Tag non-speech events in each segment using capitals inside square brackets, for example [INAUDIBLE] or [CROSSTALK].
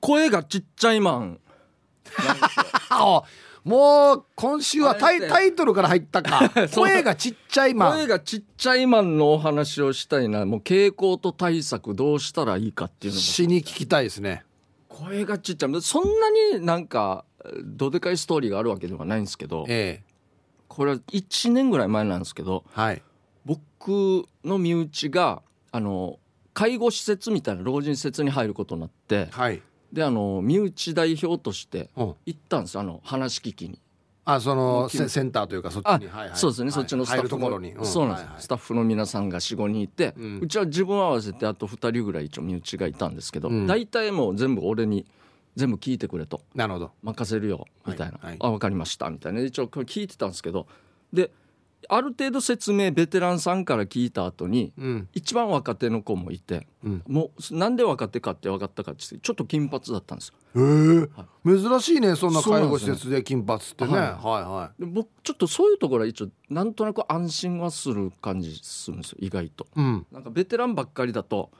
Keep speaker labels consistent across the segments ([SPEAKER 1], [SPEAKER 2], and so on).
[SPEAKER 1] 声がちっちゃいマン
[SPEAKER 2] あもう今週はタイ
[SPEAKER 1] あれって
[SPEAKER 2] タイトルから入ったか
[SPEAKER 1] [LAUGHS] そう
[SPEAKER 2] 声がちっちゃいマ
[SPEAKER 1] 声
[SPEAKER 2] ン
[SPEAKER 1] がちっちゃいマンのお話をしたいなもう傾向と対策どうしたらいいかっていうの
[SPEAKER 2] しに聞きたいですね
[SPEAKER 1] が声がちっちゃいそんなになんかどでかいストーリーがあるわけではないんですけど
[SPEAKER 2] え
[SPEAKER 1] これは1年ぐらい前なんですけど
[SPEAKER 2] えはい
[SPEAKER 1] 僕の身内があの介護施設みたいな老人施設に入ることになって
[SPEAKER 2] はい
[SPEAKER 1] であの身内代表として
[SPEAKER 2] うん
[SPEAKER 1] 行ったんですあの話聞きに。
[SPEAKER 2] あそのセセンターというかそっち
[SPEAKER 1] あ
[SPEAKER 2] に、はいはい
[SPEAKER 1] そうですね、
[SPEAKER 2] はい
[SPEAKER 1] そっちのスタッ
[SPEAKER 2] 入
[SPEAKER 1] フ
[SPEAKER 2] るとこ
[SPEAKER 1] の
[SPEAKER 2] ろに、
[SPEAKER 1] そうなんです、
[SPEAKER 2] はい
[SPEAKER 1] スタッフの皆さんが45人いて、う
[SPEAKER 2] うん
[SPEAKER 1] ちは自分合わせてあと2人ぐらい一応身内がいたんですけど、
[SPEAKER 2] うん
[SPEAKER 1] 大体もう全部俺に全部聞いてくれと
[SPEAKER 2] なるほど
[SPEAKER 1] 任せるよみたいな、
[SPEAKER 2] はいはい
[SPEAKER 1] あ分かりましたみたいな一応これ聞いてたんですけどである程度説明ベテランさんから聞いた後に
[SPEAKER 2] うん
[SPEAKER 1] 一番若手の子もいて
[SPEAKER 2] うん
[SPEAKER 1] もうなんで若手かって分かったかって言ってちょっと金髪だったんですよ
[SPEAKER 2] ええ珍しいねそんな介護施設で金髪ってね
[SPEAKER 1] そう
[SPEAKER 2] はい
[SPEAKER 1] なんです
[SPEAKER 2] は
[SPEAKER 1] で僕ちょっとそういうところは一応なんとなく安心はする感じするんですよ意外と。
[SPEAKER 2] いうん
[SPEAKER 1] なんかベテランばっかりだと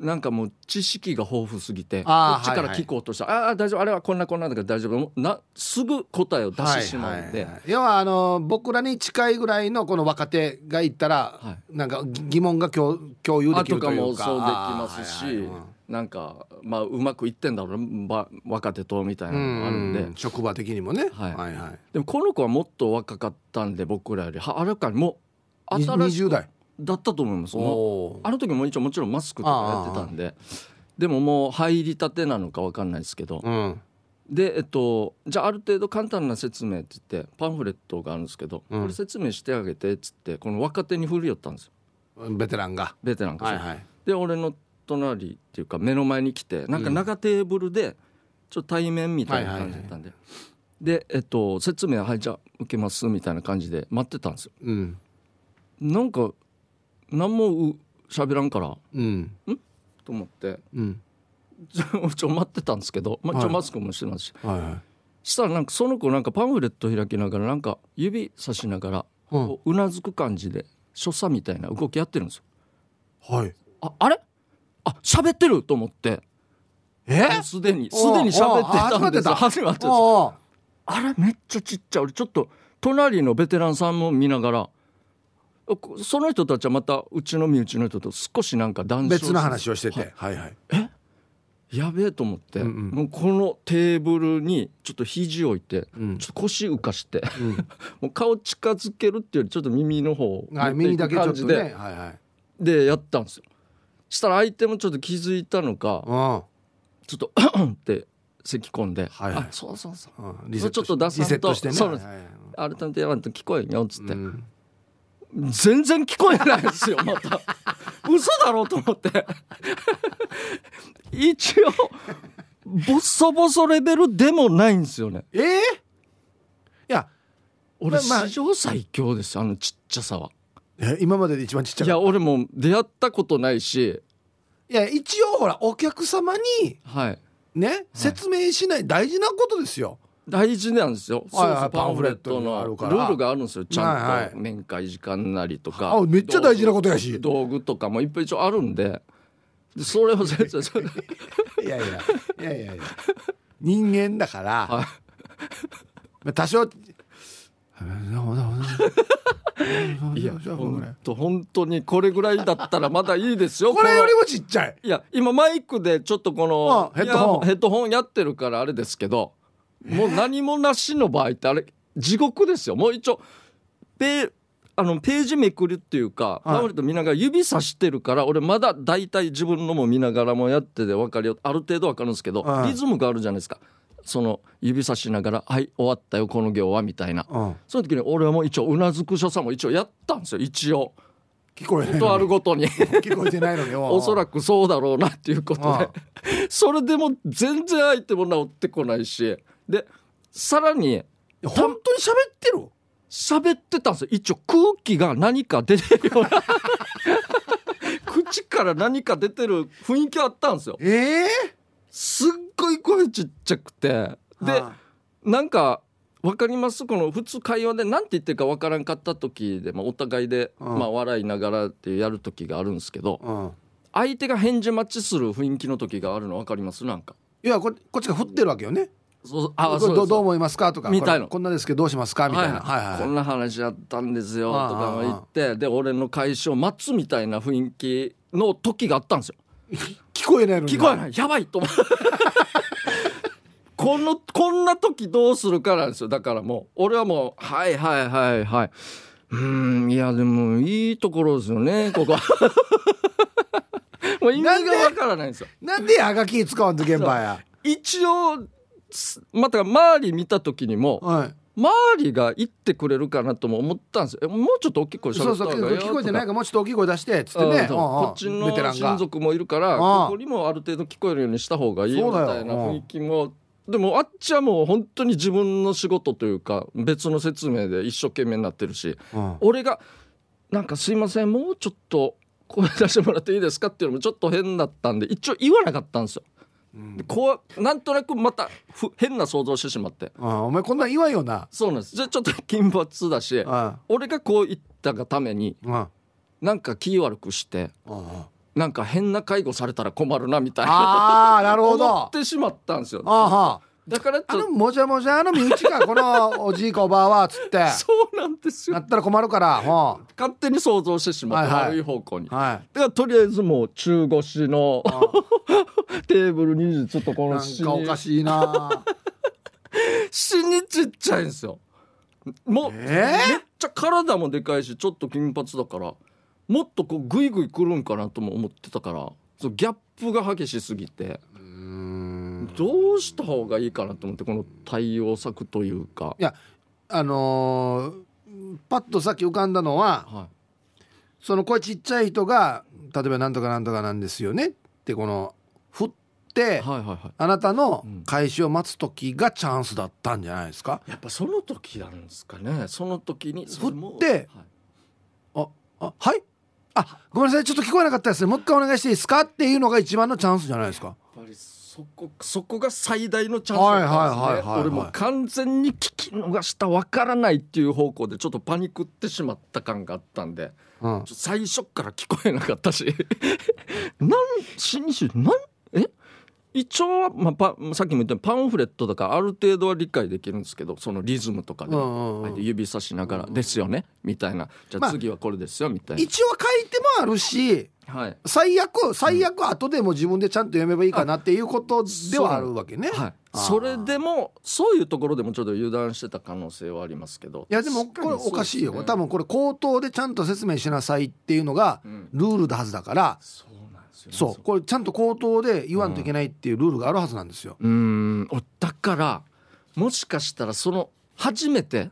[SPEAKER 1] なんかもう知識が豊富すぎてこ
[SPEAKER 2] あー
[SPEAKER 1] っちか
[SPEAKER 2] はい
[SPEAKER 1] ら
[SPEAKER 2] はい
[SPEAKER 1] 聞こうとしたら「ああー大丈夫あれはこんなこんなんだから大丈夫もうな」すぐ答えを出してしまうんで
[SPEAKER 2] はいはいはい要はあの僕らに近いぐらいのこの若手がいったら、
[SPEAKER 1] は
[SPEAKER 2] なんか疑問が共共有で
[SPEAKER 1] あ
[SPEAKER 2] きる
[SPEAKER 1] と
[SPEAKER 2] と
[SPEAKER 1] か
[SPEAKER 2] いうか
[SPEAKER 1] もそうできます
[SPEAKER 2] あーはい
[SPEAKER 1] し
[SPEAKER 2] はいはい
[SPEAKER 1] なんかまあうまくいってんだろうなば若手とみたいなのがあるん
[SPEAKER 2] う
[SPEAKER 1] で
[SPEAKER 2] ん職場的にもね、
[SPEAKER 1] はい
[SPEAKER 2] はいはい
[SPEAKER 1] でもこの子はもっと若かったんで僕らよりはあれかもう
[SPEAKER 2] に
[SPEAKER 1] 新しい
[SPEAKER 2] 20代
[SPEAKER 1] だったと思いますもう
[SPEAKER 2] お
[SPEAKER 1] あの時も一応もちろんマスクとかやってたんででももう入りたてなのか分かんないですけど
[SPEAKER 2] ーうん
[SPEAKER 1] でえっとじゃあある程度簡単な説明って言ってパンフレットがあるんですけど、
[SPEAKER 2] うん
[SPEAKER 1] これ説明してあげてっつってこの若手に振り寄ったんですよ
[SPEAKER 2] ベテランが
[SPEAKER 1] ベテランか
[SPEAKER 2] はい
[SPEAKER 1] ら、
[SPEAKER 2] はい
[SPEAKER 1] で俺の隣っていうか目の前に来てなんか長テーブルでちょっと対面みたいな感じだったんで、でえっと説明はいじゃあ受けますみたいな感じで待ってたんですよ
[SPEAKER 2] うん
[SPEAKER 1] なんか何もう喋らんから
[SPEAKER 2] うん
[SPEAKER 1] と思って [LAUGHS]
[SPEAKER 2] うん
[SPEAKER 1] ちょちょ待ってたんですけど、まあ、ちょ
[SPEAKER 2] はい
[SPEAKER 1] マスクもしてますし、
[SPEAKER 2] はいはい
[SPEAKER 1] したらなんかその子なんかパンフレット開きながらなんか指さしながら
[SPEAKER 2] うん
[SPEAKER 1] こううなずく感じで所作みたいな動きやってるんですよ。
[SPEAKER 2] はい
[SPEAKER 1] ああれあ喋ってると思って
[SPEAKER 2] え
[SPEAKER 1] もうすでに
[SPEAKER 2] お
[SPEAKER 1] すでに喋ってたんです
[SPEAKER 2] お
[SPEAKER 1] よ始
[SPEAKER 2] 始ま
[SPEAKER 1] まってたんです
[SPEAKER 2] おー
[SPEAKER 1] あれめっちゃちっちゃい俺ちょっと隣のベテランさんも見ながらあこその人たちはまたうちの身内の人と少しなんか談笑
[SPEAKER 2] 別の話をして
[SPEAKER 1] は
[SPEAKER 2] てはいはい
[SPEAKER 1] やべえと思って、
[SPEAKER 2] うんうん
[SPEAKER 1] もうこのテーブルにちょっと肘を置いて、
[SPEAKER 2] う
[SPEAKER 1] [LAUGHS]
[SPEAKER 2] ん
[SPEAKER 1] ちょっと腰浮かして
[SPEAKER 2] うん
[SPEAKER 1] もう顔近づけるっていうよりちょっと耳の方を持っ
[SPEAKER 2] はい
[SPEAKER 1] て
[SPEAKER 2] 耳
[SPEAKER 1] い
[SPEAKER 2] だ
[SPEAKER 1] く
[SPEAKER 2] けちょ
[SPEAKER 1] 感
[SPEAKER 2] っ
[SPEAKER 1] じ
[SPEAKER 2] と
[SPEAKER 1] で、
[SPEAKER 2] ねはいはい
[SPEAKER 1] でやったんですよしたら相手もちょっと気づいたのか
[SPEAKER 2] う
[SPEAKER 1] ちょっと [CLEARS THROAT] って咳込んで「
[SPEAKER 2] はいはい
[SPEAKER 1] あそうそうそうん
[SPEAKER 2] うんリセットし
[SPEAKER 1] ちょっと出さんと
[SPEAKER 2] リセットしてね
[SPEAKER 1] そうなんです
[SPEAKER 2] はいはい
[SPEAKER 1] 改めてやらんと聞こえんよ」っつって、
[SPEAKER 2] うん
[SPEAKER 1] 全然聞こえないんですよま
[SPEAKER 2] [LAUGHS]
[SPEAKER 1] た嘘だろうと思って [LAUGHS] 一応ボソボソレベルでもないんですよね
[SPEAKER 2] えーいや
[SPEAKER 1] 俺、
[SPEAKER 2] まあまあ
[SPEAKER 1] 史上最強ですあのちっちゃさは
[SPEAKER 2] え今までで一番ちっちゃ
[SPEAKER 1] い
[SPEAKER 2] い
[SPEAKER 1] や俺もう出会ったことないし
[SPEAKER 2] いや一応ほらお客様に
[SPEAKER 1] はい
[SPEAKER 2] ね説明しない大事なことですよ
[SPEAKER 1] 大事なんですよ。
[SPEAKER 2] はい
[SPEAKER 1] そ
[SPEAKER 2] はい
[SPEAKER 1] うそうパンフレット
[SPEAKER 2] パンフレットにあ
[SPEAKER 1] の
[SPEAKER 2] る
[SPEAKER 1] ル
[SPEAKER 2] から
[SPEAKER 1] ールがあるんですよ。ち
[SPEAKER 2] はい
[SPEAKER 1] ゃ
[SPEAKER 2] は
[SPEAKER 1] ん
[SPEAKER 2] い
[SPEAKER 1] と面会時間なりとか。
[SPEAKER 2] あめっちゃ大事なことやし
[SPEAKER 1] 道具。道具とかもいっぱい一応あるんで。でそれを先生、それ
[SPEAKER 2] いやいやいやいやいや人間だか
[SPEAKER 1] は
[SPEAKER 2] ら、
[SPEAKER 1] い
[SPEAKER 2] まあ多少い
[SPEAKER 1] いや、本
[SPEAKER 2] こ
[SPEAKER 1] 当本当にこれぐらいだったらまだいいですよ。
[SPEAKER 2] れより
[SPEAKER 1] も。
[SPEAKER 2] もちっちゃい
[SPEAKER 1] いや、今マイクでちょっとこの
[SPEAKER 2] あヘッドホン
[SPEAKER 1] いやヘッドホンやってるからあれですけど、もう何もなしの場合ってあれ、地獄ですよ。もう一応、ペあのページめくるっていうか、パンフレット見ながら指さしてるから俺まだ大体自分のも見ながらもやってて分かるよある程度分かるんですけど、
[SPEAKER 2] はい
[SPEAKER 1] リズムがあるじゃないですかその指さしながら「はい終わったよこの行は」みたいな
[SPEAKER 2] うん
[SPEAKER 1] その時に俺はもう一応うなずく所作も一応やったんですよ一応
[SPEAKER 2] 聞こえない
[SPEAKER 1] とあ
[SPEAKER 2] の
[SPEAKER 1] る
[SPEAKER 2] に
[SPEAKER 1] ごとに
[SPEAKER 2] 聞こえてないのに
[SPEAKER 1] おそら
[SPEAKER 2] く
[SPEAKER 1] くそうだろうなっていうこと
[SPEAKER 2] あ
[SPEAKER 1] で [LAUGHS] それでも全然相手も治ってこないしでさらに
[SPEAKER 2] 本当に喋ってる
[SPEAKER 1] 喋ってたんですよ一応空気が何か出てる
[SPEAKER 2] [LAUGHS]
[SPEAKER 1] ような口から何か出てる雰囲気あったんですよ
[SPEAKER 2] ええ
[SPEAKER 1] すっごい声ちっちゃくてで
[SPEAKER 2] はあ
[SPEAKER 1] なんか分かりますこの普通会話で何て言ってるか分からんかった時で、まあ、お互いで、
[SPEAKER 2] うん
[SPEAKER 1] まあ、笑いながらってやる時があるんですけど
[SPEAKER 2] うん
[SPEAKER 1] 相手が返事待ちする雰囲気の時があるの分かりますなんか
[SPEAKER 2] いやこれこっちが振ってるわけよね
[SPEAKER 1] そう
[SPEAKER 2] こ
[SPEAKER 1] あ
[SPEAKER 2] れ
[SPEAKER 1] そう
[SPEAKER 2] ど
[SPEAKER 1] で
[SPEAKER 2] う
[SPEAKER 1] す
[SPEAKER 2] どう思いますかとか
[SPEAKER 1] みたいな
[SPEAKER 2] これこんなですけどどうしますかみたい
[SPEAKER 1] は
[SPEAKER 2] な、はいいはい
[SPEAKER 1] こんな話あったんですよ
[SPEAKER 2] ああ
[SPEAKER 1] とか言ってで俺の会社を待つみたいな雰囲気の時があったんですよ
[SPEAKER 2] 聞こえないのに
[SPEAKER 1] 聞こえ
[SPEAKER 2] い
[SPEAKER 1] ないやばい
[SPEAKER 2] [LAUGHS]
[SPEAKER 1] と思ってこのこんな時どうするかなんですよだからもう俺はもうはいはいはいはいうーんいやでもいいところですよねこ
[SPEAKER 2] [LAUGHS]
[SPEAKER 1] こもう意味がわからないんですよ
[SPEAKER 2] なんであがき使わんと現場や
[SPEAKER 1] 一応すまた周り見た時にも
[SPEAKER 2] はい
[SPEAKER 1] 周りが言ってくれるかなとも思ったんですよえもうちょっと大きい声しゃべ
[SPEAKER 2] そう
[SPEAKER 1] った
[SPEAKER 2] そう
[SPEAKER 1] 方がいいよ
[SPEAKER 2] 聞こえてないからもうちょっと大きい声出してっつっ
[SPEAKER 1] とか
[SPEAKER 2] てね
[SPEAKER 1] うんそう
[SPEAKER 2] うんうん
[SPEAKER 1] こっち
[SPEAKER 2] ベテラ
[SPEAKER 1] の
[SPEAKER 2] ンが
[SPEAKER 1] 親族もいるから
[SPEAKER 2] うん
[SPEAKER 1] ここにもある程度聞こえるようにした方がいいみ
[SPEAKER 2] そうだよ
[SPEAKER 1] たいな雰囲気もでもあっちはもう本当に自分の仕事というか別の説明で一生懸命になってるし
[SPEAKER 2] うん
[SPEAKER 1] 俺がなんかすいませんもうちょっと声出してもらっていいですかっていうのもちょっと変だったんで一応言わなかったんですよ。
[SPEAKER 2] うん
[SPEAKER 1] でこうなんとなくまたふ変な想像してしまって
[SPEAKER 2] うんお前こんなん言わんよな
[SPEAKER 1] そうなんですじゃあちょっと金髪だし
[SPEAKER 2] うん
[SPEAKER 1] 俺がこう言ったがために
[SPEAKER 2] うんうん
[SPEAKER 1] なんか気悪くして
[SPEAKER 2] うん
[SPEAKER 1] なんか変な介護されたら困るなみたいな
[SPEAKER 2] ああなるほど
[SPEAKER 1] 思
[SPEAKER 2] あ
[SPEAKER 1] ってしまったんですよ
[SPEAKER 2] あ
[SPEAKER 1] だからち
[SPEAKER 2] あ
[SPEAKER 1] ょ
[SPEAKER 2] の
[SPEAKER 1] っ
[SPEAKER 2] もじゃもじゃの身内がこのおじいかおばあはっつって
[SPEAKER 1] とそうなんです
[SPEAKER 2] な
[SPEAKER 1] よ
[SPEAKER 2] ったら困るからほ
[SPEAKER 1] 勝手に想像してしまって
[SPEAKER 2] はいはい
[SPEAKER 1] 悪い方向に。
[SPEAKER 2] うはい
[SPEAKER 1] だからとりあえずもう中腰の [LAUGHS] テーブルにちょっとこの
[SPEAKER 2] なん
[SPEAKER 1] 死
[SPEAKER 2] かおか
[SPEAKER 1] に
[SPEAKER 2] しいな
[SPEAKER 1] 死にちっちゃいんですよもう、
[SPEAKER 2] えー
[SPEAKER 1] めっちゃ体もでかいしちょっと金髪だからもっとこうグイグイくるんかなとも思ってたからそうギャップが激しすぎて
[SPEAKER 2] うーん
[SPEAKER 1] どうした方がいいかなと思ってこの対応策というか、
[SPEAKER 2] いやあのーパッとさっき浮かんだのは
[SPEAKER 1] は
[SPEAKER 2] その声ちっちゃい人が例えばなんとかなんとかなんですよねってこの振っ
[SPEAKER 1] い、
[SPEAKER 2] て
[SPEAKER 1] はいはいは
[SPEAKER 2] あなたの
[SPEAKER 1] うん
[SPEAKER 2] 開始を待つ時がチャンスだったんじゃないですか
[SPEAKER 1] いやっぱその時なんですかねその時に
[SPEAKER 2] それも
[SPEAKER 1] っ
[SPEAKER 2] はいああはいあごめんなさいちょっと聞こえなかったですねもう一回お願いしていいですかっていうのが一番のチャンスじゃないですか
[SPEAKER 1] やっぱりそこそこが最大のチャンス
[SPEAKER 2] はい
[SPEAKER 1] だったん
[SPEAKER 2] は
[SPEAKER 1] で
[SPEAKER 2] い
[SPEAKER 1] すね
[SPEAKER 2] はいはいはい
[SPEAKER 1] 俺もう完全に聞き逃したわからないっていう方向でちょっとパニックってしまった感があったんで
[SPEAKER 2] うん
[SPEAKER 1] ちょっと最初っから聞こえなかったし [LAUGHS] なん新種なんえ一応は、まあ、パンさっきも言ったようにパンフレットだからある程度は理解できるんですけどそのリズムとかで
[SPEAKER 2] う。んうん
[SPEAKER 1] は
[SPEAKER 2] う
[SPEAKER 1] い
[SPEAKER 2] ん
[SPEAKER 1] で指さしながら「ですよね」みたいな「じゃ
[SPEAKER 2] ま
[SPEAKER 1] あ
[SPEAKER 2] あ
[SPEAKER 1] 次はこれですよ」みたい
[SPEAKER 2] 一応書いてもあるし
[SPEAKER 1] な、はい
[SPEAKER 2] 最悪最悪後でも自分でちゃんと読めばいいかなっていうことではあるわけね、
[SPEAKER 1] はい、
[SPEAKER 2] あー
[SPEAKER 1] それでもそういうところでもちょっと油断してた可能性はありますけど
[SPEAKER 2] いやでもこれおかしいよ、多、分これ口頭でちゃんと説明しなさいっていうのが
[SPEAKER 1] 確かにそうですねうん、
[SPEAKER 2] ルールだはずだから
[SPEAKER 1] そうなんですよね、
[SPEAKER 2] そうこれちゃんと口頭で言わんといけないっていうルールがあるはずなんですよ、
[SPEAKER 1] ううーんおだからもしかしたらその初めて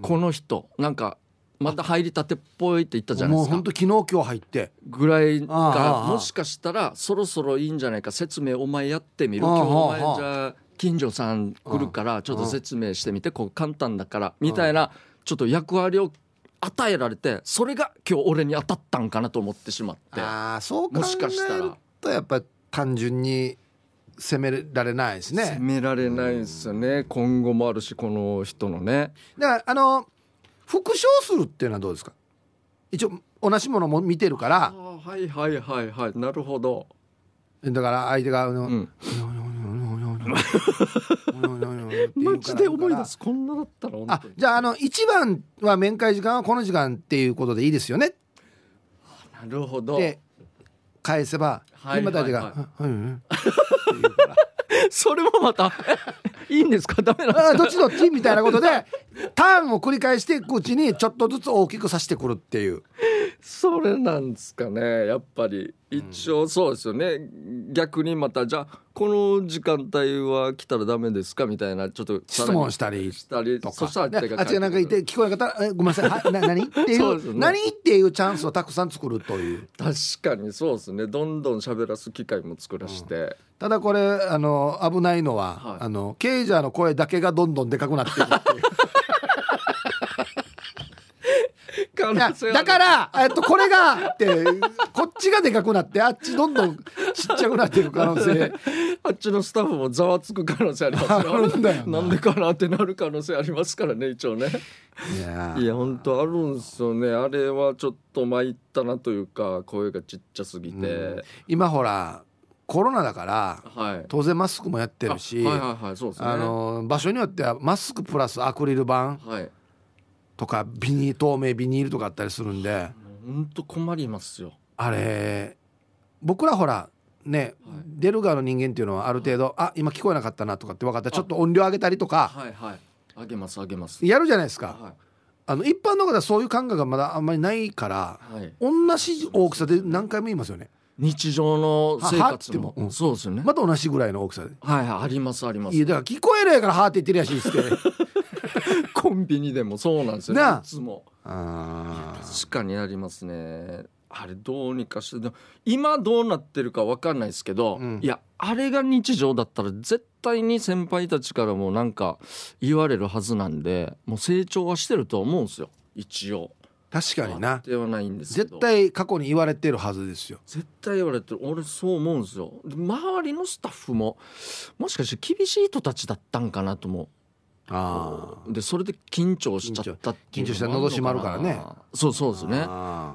[SPEAKER 1] この人、なんかまた入りたてっぽいって言ったじゃない
[SPEAKER 2] も
[SPEAKER 1] で
[SPEAKER 2] う
[SPEAKER 1] すか
[SPEAKER 2] 本当昨日今日入って
[SPEAKER 1] ぐらい
[SPEAKER 2] あああ
[SPEAKER 1] が
[SPEAKER 2] あ
[SPEAKER 1] もしかしたらそろそろいいんじゃないか説明お前やってみる
[SPEAKER 2] ああ
[SPEAKER 1] 今日お前
[SPEAKER 2] ああ
[SPEAKER 1] じゃあ近所さん来るからちょっと説明してみてこう簡単だからみたいなちょっと役割を与えられてそれが今日俺に当たったんかなと思ってしまって
[SPEAKER 2] ああそう考
[SPEAKER 1] もしかした
[SPEAKER 2] える
[SPEAKER 1] ら
[SPEAKER 2] とやっぱり単純に責められないです
[SPEAKER 1] 責
[SPEAKER 2] ね
[SPEAKER 1] められないですよね今後もあるしこの人のね
[SPEAKER 2] だからあの復唱するっていうのはどうですか一応同じものも見てるか
[SPEAKER 1] あ
[SPEAKER 2] ら
[SPEAKER 1] はいはいはいはいなるほど
[SPEAKER 2] だから相手があの、
[SPEAKER 1] うんマ
[SPEAKER 2] マ
[SPEAKER 1] ジで思い出すこんなだったら本
[SPEAKER 2] あ
[SPEAKER 1] 当に
[SPEAKER 2] じゃああの一番は面会時間はこの時間っていうことでいいですよねっ
[SPEAKER 1] なるほど
[SPEAKER 2] て返せば
[SPEAKER 1] はい
[SPEAKER 2] 今た
[SPEAKER 1] は
[SPEAKER 2] ち
[SPEAKER 1] い
[SPEAKER 2] が「うんうん
[SPEAKER 1] それもまたいいんですかダメなんですか
[SPEAKER 2] あどっちどっち?」みたいなことでターンを繰り返していくうちにちょっとずつ大きくさしてくるっていう
[SPEAKER 1] それなんですかねやっぱり一応そうですよね、逆にまたじゃあこの時間帯は来たらダメですかみたいなちょっと
[SPEAKER 2] 質問したり
[SPEAKER 1] したり
[SPEAKER 2] と
[SPEAKER 1] そ
[SPEAKER 2] か
[SPEAKER 1] したら
[SPEAKER 2] であっちがなんか
[SPEAKER 1] い
[SPEAKER 2] いて聞こえなかったらえ「ごめんなさいはいな [LAUGHS] 何?」ってい
[SPEAKER 1] そうです
[SPEAKER 2] う
[SPEAKER 1] よね
[SPEAKER 2] 何っていうチャンスをたくさん作るという。
[SPEAKER 1] 確かにそうですねどんどん喋らす機会も作らして、
[SPEAKER 2] ただこれあの危ないのは、
[SPEAKER 1] はい
[SPEAKER 2] あのケイジャーの声だけがどんどんでかく
[SPEAKER 1] [LAUGHS]
[SPEAKER 2] なっていくっていう
[SPEAKER 1] 可
[SPEAKER 2] いや
[SPEAKER 1] 能性は
[SPEAKER 2] だから、えっと、これがってこっちがでかくなってあっちどんどんちっちゃくなっていく可能性
[SPEAKER 1] あっちのスタッフもざわつく可能性あります
[SPEAKER 2] [LAUGHS] あるんだよな
[SPEAKER 1] なんでかなってなる可能性ありますからね一応ね
[SPEAKER 2] い
[SPEAKER 1] [LAUGHS]
[SPEAKER 2] や
[SPEAKER 1] いや本当あるんですよねあれはちょっと参ったなというか声がちっちゃすぎて、
[SPEAKER 2] 今ほらコロナだから
[SPEAKER 1] はい
[SPEAKER 2] 当然マスクもやってるし、
[SPEAKER 1] あはいはいはいそうですね
[SPEAKER 2] あの場所によってはマスクプラスアクリル板
[SPEAKER 1] はい
[SPEAKER 2] とかビニ透明ビニールとかあったりするんで
[SPEAKER 1] 本当困りますよ
[SPEAKER 2] あれ僕らほらね、
[SPEAKER 1] はい
[SPEAKER 2] 出る側の人間っていうのはある程度、あ今聞こえなかったなとかって分かったらちょっと音量上げたりとか
[SPEAKER 1] はいはいあげますあげます
[SPEAKER 2] やるじゃないですか
[SPEAKER 1] は
[SPEAKER 2] あの一般の方はそういう感覚がまだあんまりないから
[SPEAKER 1] い、はい、
[SPEAKER 2] 同じ大きさで何回も言いますよね
[SPEAKER 1] 日常の生
[SPEAKER 2] ははって
[SPEAKER 1] 活も
[SPEAKER 2] もうん
[SPEAKER 1] そうですよね、
[SPEAKER 2] また同じぐらいの大きさで
[SPEAKER 1] はいはいありますありま
[SPEAKER 2] いや
[SPEAKER 1] す
[SPEAKER 2] だから聞こえないからはーって言ってるらしいっ
[SPEAKER 1] [LAUGHS]
[SPEAKER 2] すって
[SPEAKER 1] コンビニでもそうなんですよね
[SPEAKER 2] ない
[SPEAKER 1] つも
[SPEAKER 2] あー
[SPEAKER 1] 確かになりますねあれどうにかしてでも今どうなってるかわかんないですけど、
[SPEAKER 2] うん
[SPEAKER 1] いやあれが日常だったら絶対に先輩たちからもなんか言われるはずなんでもう成長はしてると思うんですよ一応
[SPEAKER 2] 確かにな
[SPEAKER 1] ではないんですけど
[SPEAKER 2] 絶対過去に言われてるはずですよ
[SPEAKER 1] 絶対言われてる俺そう思うんですよで周りのスタッフももしかして厳しい人たちだったんかなとも
[SPEAKER 2] ああ
[SPEAKER 1] でそれで緊張しちゃったっていう
[SPEAKER 2] 緊張緊張したら
[SPEAKER 1] のもあ
[SPEAKER 2] 喉閉まるからね
[SPEAKER 1] のなそうそうですね
[SPEAKER 2] あ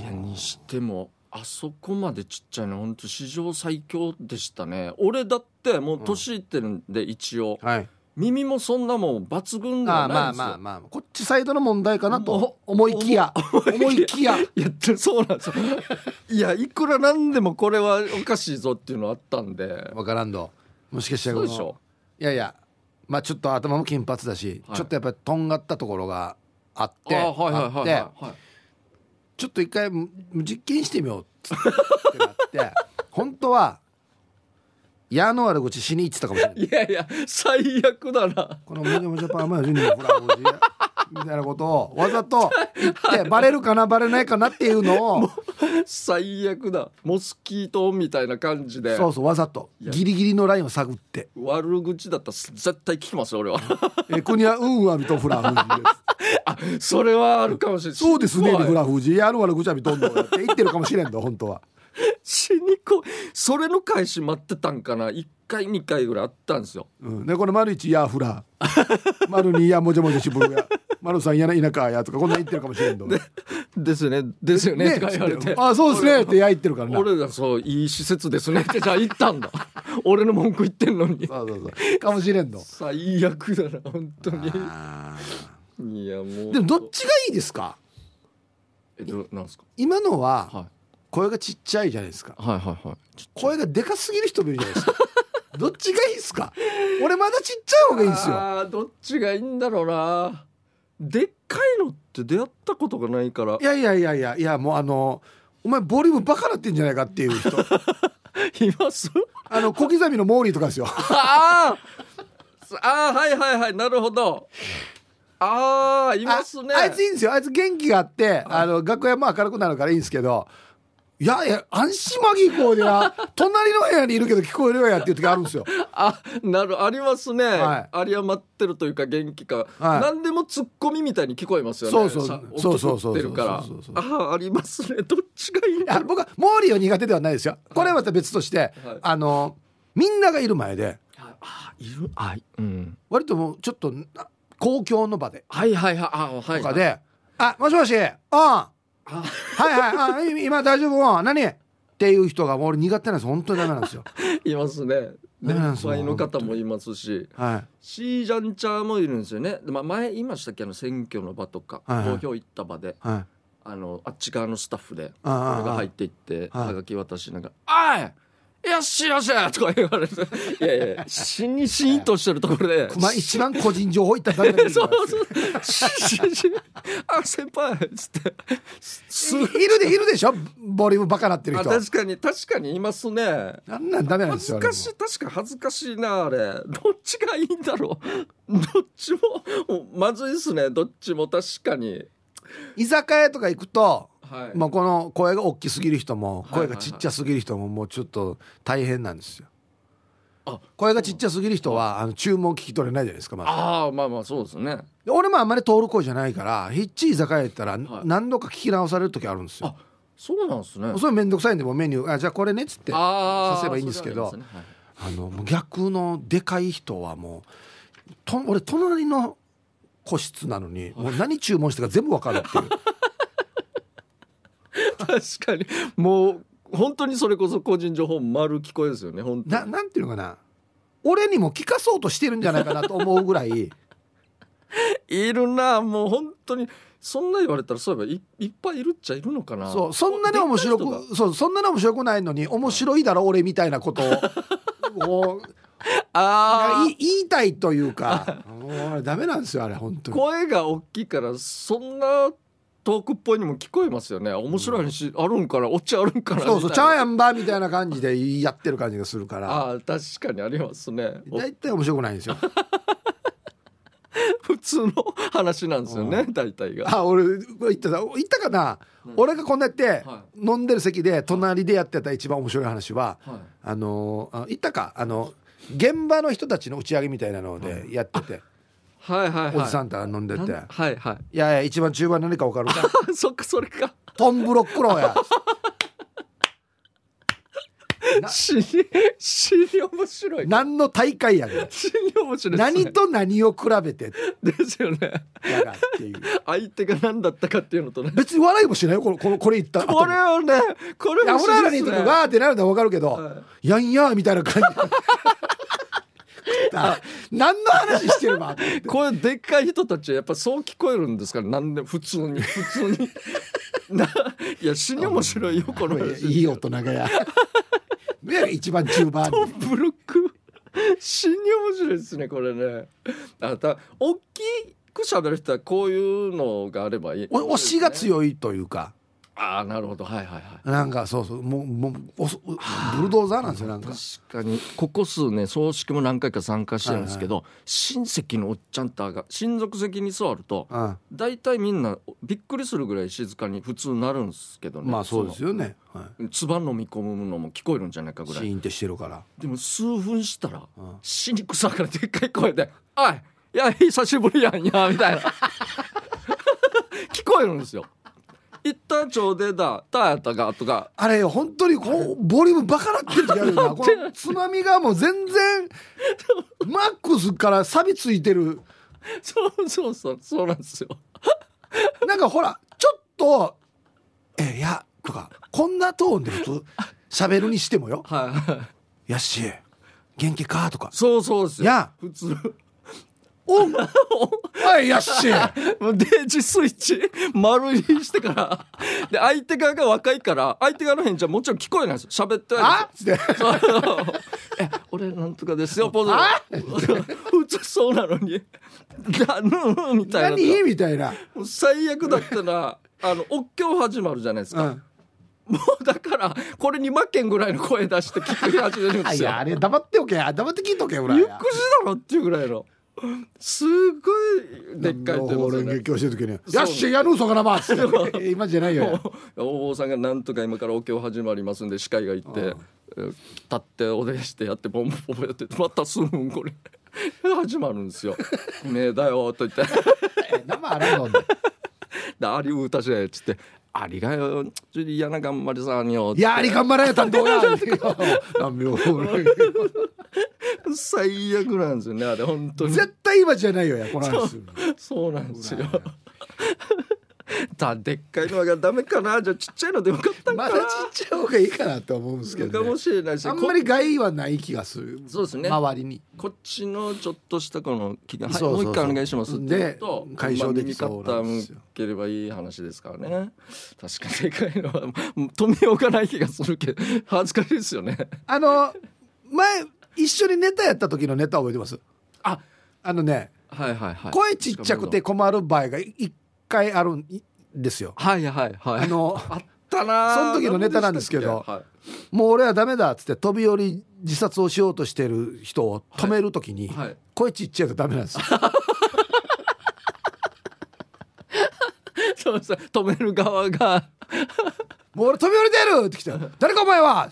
[SPEAKER 1] いやにしてもあそこまでちっちゃいの本当史上最強でしたね俺だってもう年いってるんで一応、
[SPEAKER 2] ーはい
[SPEAKER 1] 耳もそんなもん抜群で
[SPEAKER 2] あ
[SPEAKER 1] は
[SPEAKER 2] ー
[SPEAKER 1] ない
[SPEAKER 2] まあ
[SPEAKER 1] んですよ
[SPEAKER 2] まあまあこっちサイドの問題かなと
[SPEAKER 1] も
[SPEAKER 2] 思いきや思
[SPEAKER 1] 思
[SPEAKER 2] い
[SPEAKER 1] い
[SPEAKER 2] きや
[SPEAKER 1] いやでそうなんです
[SPEAKER 2] [LAUGHS]
[SPEAKER 1] よいやいくらなんでもこれはおかしいぞっていうのあったんで
[SPEAKER 2] わからんどもしかしたら
[SPEAKER 1] そ
[SPEAKER 2] こ
[SPEAKER 1] う
[SPEAKER 2] の
[SPEAKER 1] でしょ
[SPEAKER 2] いやいやまあちょっと頭も金髪だし、
[SPEAKER 1] はい
[SPEAKER 2] ちょっとやっぱりとんがったところがあって
[SPEAKER 1] あはいはいはい
[SPEAKER 2] あって
[SPEAKER 1] はいはい
[SPEAKER 2] ちょっと一回む実験してみようっつってなって [LAUGHS] 本当は矢の悪口しに行ってたかもしれない
[SPEAKER 1] いやいや最悪だな
[SPEAKER 2] この「もじゃもじゃパンマヨジュニアフラゴ [LAUGHS] ジ」みたいなことをわざと言ってバレるかなバレないかなっていうのを
[SPEAKER 1] 最悪だモスキートみたいな感じで
[SPEAKER 2] そうそうわざと
[SPEAKER 1] いや
[SPEAKER 2] ギリギリのラインを探って
[SPEAKER 1] 悪口だったら絶対聞きますよ俺は [LAUGHS]
[SPEAKER 2] 「え国はうんわみとフラフジ [LAUGHS] です」
[SPEAKER 1] あそれはあるかもしれない
[SPEAKER 2] そうですね
[SPEAKER 1] 怖い
[SPEAKER 2] フラフジやるわらぐちゃみどんどんやって言ってるかもしれんの本当は
[SPEAKER 1] 死にこいそれの開始待ってたんかな1回2回ぐらいあったんですよ
[SPEAKER 2] うん、でこの丸一やフ [LAUGHS] ラ丸二やもじゃもじゃしぶるや丸三やな田舎やとかこんなん言ってるかもしれんのね
[SPEAKER 1] ですよねですよねとか言われて
[SPEAKER 2] あそうですねってや言ってるからな
[SPEAKER 1] 俺らそういい施設ですねってじゃあ言ったんだ [LAUGHS] 俺の文句言ってんのに
[SPEAKER 2] そうそうそうかもしれんの
[SPEAKER 1] 最悪だな本当に
[SPEAKER 2] あ
[SPEAKER 1] いやも
[SPEAKER 2] ー
[SPEAKER 1] う
[SPEAKER 2] でもどっちがいいですか
[SPEAKER 1] えどなんですか、
[SPEAKER 2] 今のは、
[SPEAKER 1] はい、
[SPEAKER 2] 声がちっちゃいじゃないですか
[SPEAKER 1] はいはいはい
[SPEAKER 2] 声がでかすぎる人もいるじゃないですかどっちがいいですか俺まだちっちゃい方がいいんですよ
[SPEAKER 1] あーどっちがいいんだろうなでっかいのって出会ったことがないから
[SPEAKER 2] いやいやいやいやいやもうあのお前ボリュームバカなってんじゃないかっていう
[SPEAKER 1] [LAUGHS]
[SPEAKER 2] 人
[SPEAKER 1] います
[SPEAKER 2] あの小刻みのモーリーとかですよ
[SPEAKER 1] あーあーはいはいはいなるほどああいますね
[SPEAKER 2] ああいついいんですよあいつ元気があってあの楽屋も明るくなるからいいんですけどいやいや安心マギーこう
[SPEAKER 1] [LAUGHS]
[SPEAKER 2] でな隣の部屋にいるけど聞こえるよやっていう時あるんですよ
[SPEAKER 1] あなるありますね、
[SPEAKER 2] は
[SPEAKER 1] 有り余ってるというか元気か、
[SPEAKER 2] はい
[SPEAKER 1] 何でもツッコミみたいに聞こえますよね
[SPEAKER 2] そうそう
[SPEAKER 1] さ
[SPEAKER 2] そうそうそう
[SPEAKER 1] 音取ってるから
[SPEAKER 2] そうそうそう
[SPEAKER 1] ああありますねどっちがいいん
[SPEAKER 2] いや
[SPEAKER 1] だ
[SPEAKER 2] 僕はモーリーは苦手ではないですよこれはまた別として、
[SPEAKER 1] はい
[SPEAKER 2] あのみんながいる前で
[SPEAKER 1] ああいるあうん
[SPEAKER 2] 割ともうちょっとな公共の場で
[SPEAKER 1] はいはいはいあはい
[SPEAKER 2] とかで、あ、もしもし、うん、はい
[SPEAKER 1] あ
[SPEAKER 2] はい、あ、い [LAUGHS] 今大丈夫、うん、何っていう人がもう俺苦手なんです、本当にダメな
[SPEAKER 1] [LAUGHS]
[SPEAKER 2] んですよ。
[SPEAKER 1] いますね
[SPEAKER 2] ダ
[SPEAKER 1] 年
[SPEAKER 2] メなんですよ
[SPEAKER 1] 配の方もいますし
[SPEAKER 2] は
[SPEAKER 1] シージャンチャーもいるんですよね、まあ、前言いましたっけあの選挙の場とか、
[SPEAKER 2] はいは
[SPEAKER 1] 投
[SPEAKER 2] い
[SPEAKER 1] 票行った場で
[SPEAKER 2] い、はい、
[SPEAKER 1] あのあっち側のスタッフで
[SPEAKER 2] ああ
[SPEAKER 1] 俺が入っていって
[SPEAKER 2] ああ
[SPEAKER 1] はがき渡しながら「おいよっしゃよっしゃ!」とか言わ
[SPEAKER 2] [LAUGHS]
[SPEAKER 1] れて「いやいや死にしんとしてるところで」
[SPEAKER 2] まあ一番個人情報いったらダメなんです
[SPEAKER 1] そ
[SPEAKER 2] よ
[SPEAKER 1] うそう「しししあ先輩」っつって [LAUGHS] す
[SPEAKER 2] いるでいるでしょ、ボリュームバカなってる
[SPEAKER 1] あ
[SPEAKER 2] 人。
[SPEAKER 1] 確かに確かにいますね
[SPEAKER 2] なんなんダメなん
[SPEAKER 1] 恥
[SPEAKER 2] です
[SPEAKER 1] ず
[SPEAKER 2] よ。
[SPEAKER 1] かしい確か恥ずかしいなあれどっちがいいんだろうどっちももうまずいっすねどっちも確かに
[SPEAKER 2] あれも居酒屋とか行くと。
[SPEAKER 1] はい、
[SPEAKER 2] もうこの声が大きすぎる人
[SPEAKER 1] は
[SPEAKER 2] も
[SPEAKER 1] いはい
[SPEAKER 2] 声
[SPEAKER 1] はい
[SPEAKER 2] がちっちゃすぎる人ももうちょっと大変なんですよ
[SPEAKER 1] あ
[SPEAKER 2] 声がちっちゃすぎる人はあの注文聞き取れないじゃないですかまず
[SPEAKER 1] ああまあまあそうですね
[SPEAKER 2] で俺もあんまり通る声じゃないからひっち居酒屋行ったら
[SPEAKER 1] い
[SPEAKER 2] 何度か聞き直される時あるんですよ
[SPEAKER 1] あ、そうなんですね
[SPEAKER 2] それめんどくさいんでもうメニューあじゃあこれねっつってあ
[SPEAKER 1] あー
[SPEAKER 2] 刺せばいいんですけど
[SPEAKER 1] それはありますねはい
[SPEAKER 2] のもう逆のでかい人はもうと俺隣の個室なのにもう
[SPEAKER 1] [LAUGHS]
[SPEAKER 2] 何注文したか全部わかるっていう
[SPEAKER 1] 確かにもう本当にそれこそ個人情報丸聞こえですよね本当
[SPEAKER 2] な
[SPEAKER 1] に
[SPEAKER 2] なんていうのかな俺にも聞かそうとしてるんじゃないかなと思うぐら
[SPEAKER 1] [LAUGHS]
[SPEAKER 2] い
[SPEAKER 1] いるなもう本当にそんな言われたらそういえばいいっぱいいるっちゃいるのかな
[SPEAKER 2] そうそんなに面白
[SPEAKER 1] でっかい人
[SPEAKER 2] くそうそんなに面白くないのに面白いだろ俺みたいなこと
[SPEAKER 1] [LAUGHS]
[SPEAKER 2] をこう
[SPEAKER 1] があ
[SPEAKER 2] い言いたいとい
[SPEAKER 1] [LAUGHS]
[SPEAKER 2] うかもうあれダメなんですよあれ本当
[SPEAKER 1] あ
[SPEAKER 2] に
[SPEAKER 1] 声が大きいからそんな遠くっぽいにも聞こえますよね面白い話あるんからおっちあるんから
[SPEAKER 2] そうそ
[SPEAKER 1] み
[SPEAKER 2] うチ
[SPEAKER 1] たい
[SPEAKER 2] ャ
[SPEAKER 1] な
[SPEAKER 2] ーやんばみたいな感じでやってる感じがするから
[SPEAKER 1] ああ確かにありますねお
[SPEAKER 2] 大体面白くないんですよ [LAUGHS]
[SPEAKER 1] 普通の話なんですよね大体が
[SPEAKER 2] あ俺これ言ったさ言ったかな、俺がこんなやって、
[SPEAKER 1] は
[SPEAKER 2] 飲んでる席で隣でやってた一番面白い話は、
[SPEAKER 1] はい
[SPEAKER 2] あのーあ言ったかあの現場の人たちの打ち上げみたいなのでやってて、
[SPEAKER 1] はいはい
[SPEAKER 2] おじさ
[SPEAKER 1] ん
[SPEAKER 2] んと飲んでて、
[SPEAKER 1] なん
[SPEAKER 2] い
[SPEAKER 1] はいはい
[SPEAKER 2] やいや一番中盤何か分かるか
[SPEAKER 1] あそっかそれか
[SPEAKER 2] トンブロックロ [LAUGHS] やな
[SPEAKER 1] 死に死に面白い
[SPEAKER 2] 何の大会 [LAUGHS] やねん
[SPEAKER 1] 死に面白いですね
[SPEAKER 2] 何と何を比べて
[SPEAKER 1] ですよね
[SPEAKER 2] やがっていう
[SPEAKER 1] 相手が何だったかっていうのとね
[SPEAKER 2] 別に笑いもしないよこのこのこれ言った後
[SPEAKER 1] これ
[SPEAKER 2] も
[SPEAKER 1] はねこれ
[SPEAKER 2] いや
[SPEAKER 1] も
[SPEAKER 2] 俺らにとかガーってなるのは分かるけど、
[SPEAKER 1] は
[SPEAKER 2] やんやーみたいな [LAUGHS] 感じだ何の話してるわ
[SPEAKER 1] これでっかい人たちはやっぱそう聞こえるんですからなんで普通
[SPEAKER 2] [LAUGHS]
[SPEAKER 1] に普通にないや死に面白いよこの
[SPEAKER 2] いい
[SPEAKER 1] 話
[SPEAKER 2] い大人がやね一番中盤 [LAUGHS]
[SPEAKER 1] トンブロック死に面白いですねこれねあた大きく喋る人はこういうのがあればいい
[SPEAKER 2] お推しが
[SPEAKER 1] い
[SPEAKER 2] 強いというか
[SPEAKER 1] ああなるほどはいはいはい
[SPEAKER 2] なんかそうそうもうもうおそブルドーザーなんですよなんか
[SPEAKER 1] 確かにここ数年葬式も何回か参加してるんですけど、親戚のおっちゃんとあが親族席に座ると
[SPEAKER 2] うん
[SPEAKER 1] 大体みんなびっくりするぐらい静かに普通なるんですけどね
[SPEAKER 2] まあそうです
[SPEAKER 1] よ
[SPEAKER 2] よね、は
[SPEAKER 1] つば飲み込むのも聞こえるんじゃないか
[SPEAKER 2] い、
[SPEAKER 1] ぐ
[SPEAKER 2] シ
[SPEAKER 1] らい
[SPEAKER 2] ーンってしてるから
[SPEAKER 1] でも数分したら、
[SPEAKER 2] うん
[SPEAKER 1] 死に臭からでっかい声で「おいいや久しぶりやんや」みたいな聞こえるんですよ。一旦ちょうでだ、たやったかとか、
[SPEAKER 2] あれ本当にこうボリュームバカなってる時あるよ [LAUGHS] なこのつまみがもう全然マックスから錆びついてる
[SPEAKER 1] そうそうそう、そうなんですよ。
[SPEAKER 2] なんかほらちょっと「えいや」とかこんなトーンで普通喋るにしてもよ
[SPEAKER 1] はいはい。
[SPEAKER 2] 「やっしー元気か」とか
[SPEAKER 1] そうそうですよ。
[SPEAKER 2] や
[SPEAKER 1] 普通。
[SPEAKER 2] 「おんおいやっしー
[SPEAKER 1] もうデージスイッチ丸にしてから。で、相手側が若いから、相手側の返事はもちろん聞こえないですよ。喋ってない
[SPEAKER 2] あっ?」つって
[SPEAKER 1] ですよ。そうえ、俺なんとかですよ、ポー
[SPEAKER 2] あ
[SPEAKER 1] ズ。普通そうなのに。だ、ぬんみ
[SPEAKER 2] 「
[SPEAKER 1] たいな。
[SPEAKER 2] 何?」みたいな。
[SPEAKER 1] もう最悪だったら、あの、お経始まるじゃないです
[SPEAKER 2] う
[SPEAKER 1] か。
[SPEAKER 2] ん
[SPEAKER 1] もうだから、これに負けんぐらいの声出して聞き始めるんで
[SPEAKER 2] い
[SPEAKER 1] すよ
[SPEAKER 2] や。あれ黙っておけ黙って聞いとけほら
[SPEAKER 1] ゆっくりだろっていうぐらいの。すごいでっかいと言いま
[SPEAKER 2] ほう
[SPEAKER 1] す
[SPEAKER 2] れ
[SPEAKER 1] よ
[SPEAKER 2] ん
[SPEAKER 1] ね
[SPEAKER 2] 劇教してる時に「
[SPEAKER 1] う
[SPEAKER 2] やっしーやるうそかなま」つって「今じゃないよ」
[SPEAKER 1] [LAUGHS] お坊さんがなんとか今からお経始まりますんで司会が行って、えー立ってお礼してやってボンボンボンやってまたすぐんこれ [LAUGHS] 始まるんですよ「ねえだよ」と言って [LAUGHS]
[SPEAKER 2] え生洗うの
[SPEAKER 1] 「でありうたしえ」っつって「ありがよちょっと嫌な頑張りさんよ」
[SPEAKER 2] いやあり頑張れ
[SPEAKER 1] [LAUGHS]
[SPEAKER 2] 担当や
[SPEAKER 1] 最悪なんですよねあれ本当に
[SPEAKER 2] 絶対今じゃないよやこの話
[SPEAKER 1] そうなんですよ [LAUGHS] だでっかいのがダメかなじゃあちっちゃいのでよかったん
[SPEAKER 2] [LAUGHS] ま
[SPEAKER 1] か
[SPEAKER 2] だ
[SPEAKER 1] な、
[SPEAKER 2] ちっちゃい方がいいかなと思うんですけ
[SPEAKER 1] か
[SPEAKER 2] ど、ね
[SPEAKER 1] も、しれないし
[SPEAKER 2] あんまり害はない気がする
[SPEAKER 1] そうですね
[SPEAKER 2] 周りに
[SPEAKER 1] こっちのちょっとしたこの期間、はい、
[SPEAKER 2] そうそうそう
[SPEAKER 1] もう一回お願いしますって言うと
[SPEAKER 2] で解消できそうなんですよ
[SPEAKER 1] まあ耳傾ければいい話ですからね確かにでかいのはもう止めようがない気がするけど恥ずかしいですよね
[SPEAKER 2] あの前一緒にネタやった時のネタ覚えてます
[SPEAKER 1] あ
[SPEAKER 2] あのね
[SPEAKER 1] はいはいはい
[SPEAKER 2] 声ちっちゃくて困る場合が一回あるんですよ
[SPEAKER 1] はいはいはい
[SPEAKER 2] あの
[SPEAKER 1] あったな
[SPEAKER 2] その時のネタなんですけど
[SPEAKER 1] はい、
[SPEAKER 2] もう俺はダメだっつって飛び降り自殺をしようとしてる人を止める時に、
[SPEAKER 1] はいはい
[SPEAKER 2] 声ちっちゃいとダメなんですよ
[SPEAKER 1] そうそう止める側が
[SPEAKER 2] もう俺飛び降りてるって来た誰かお前は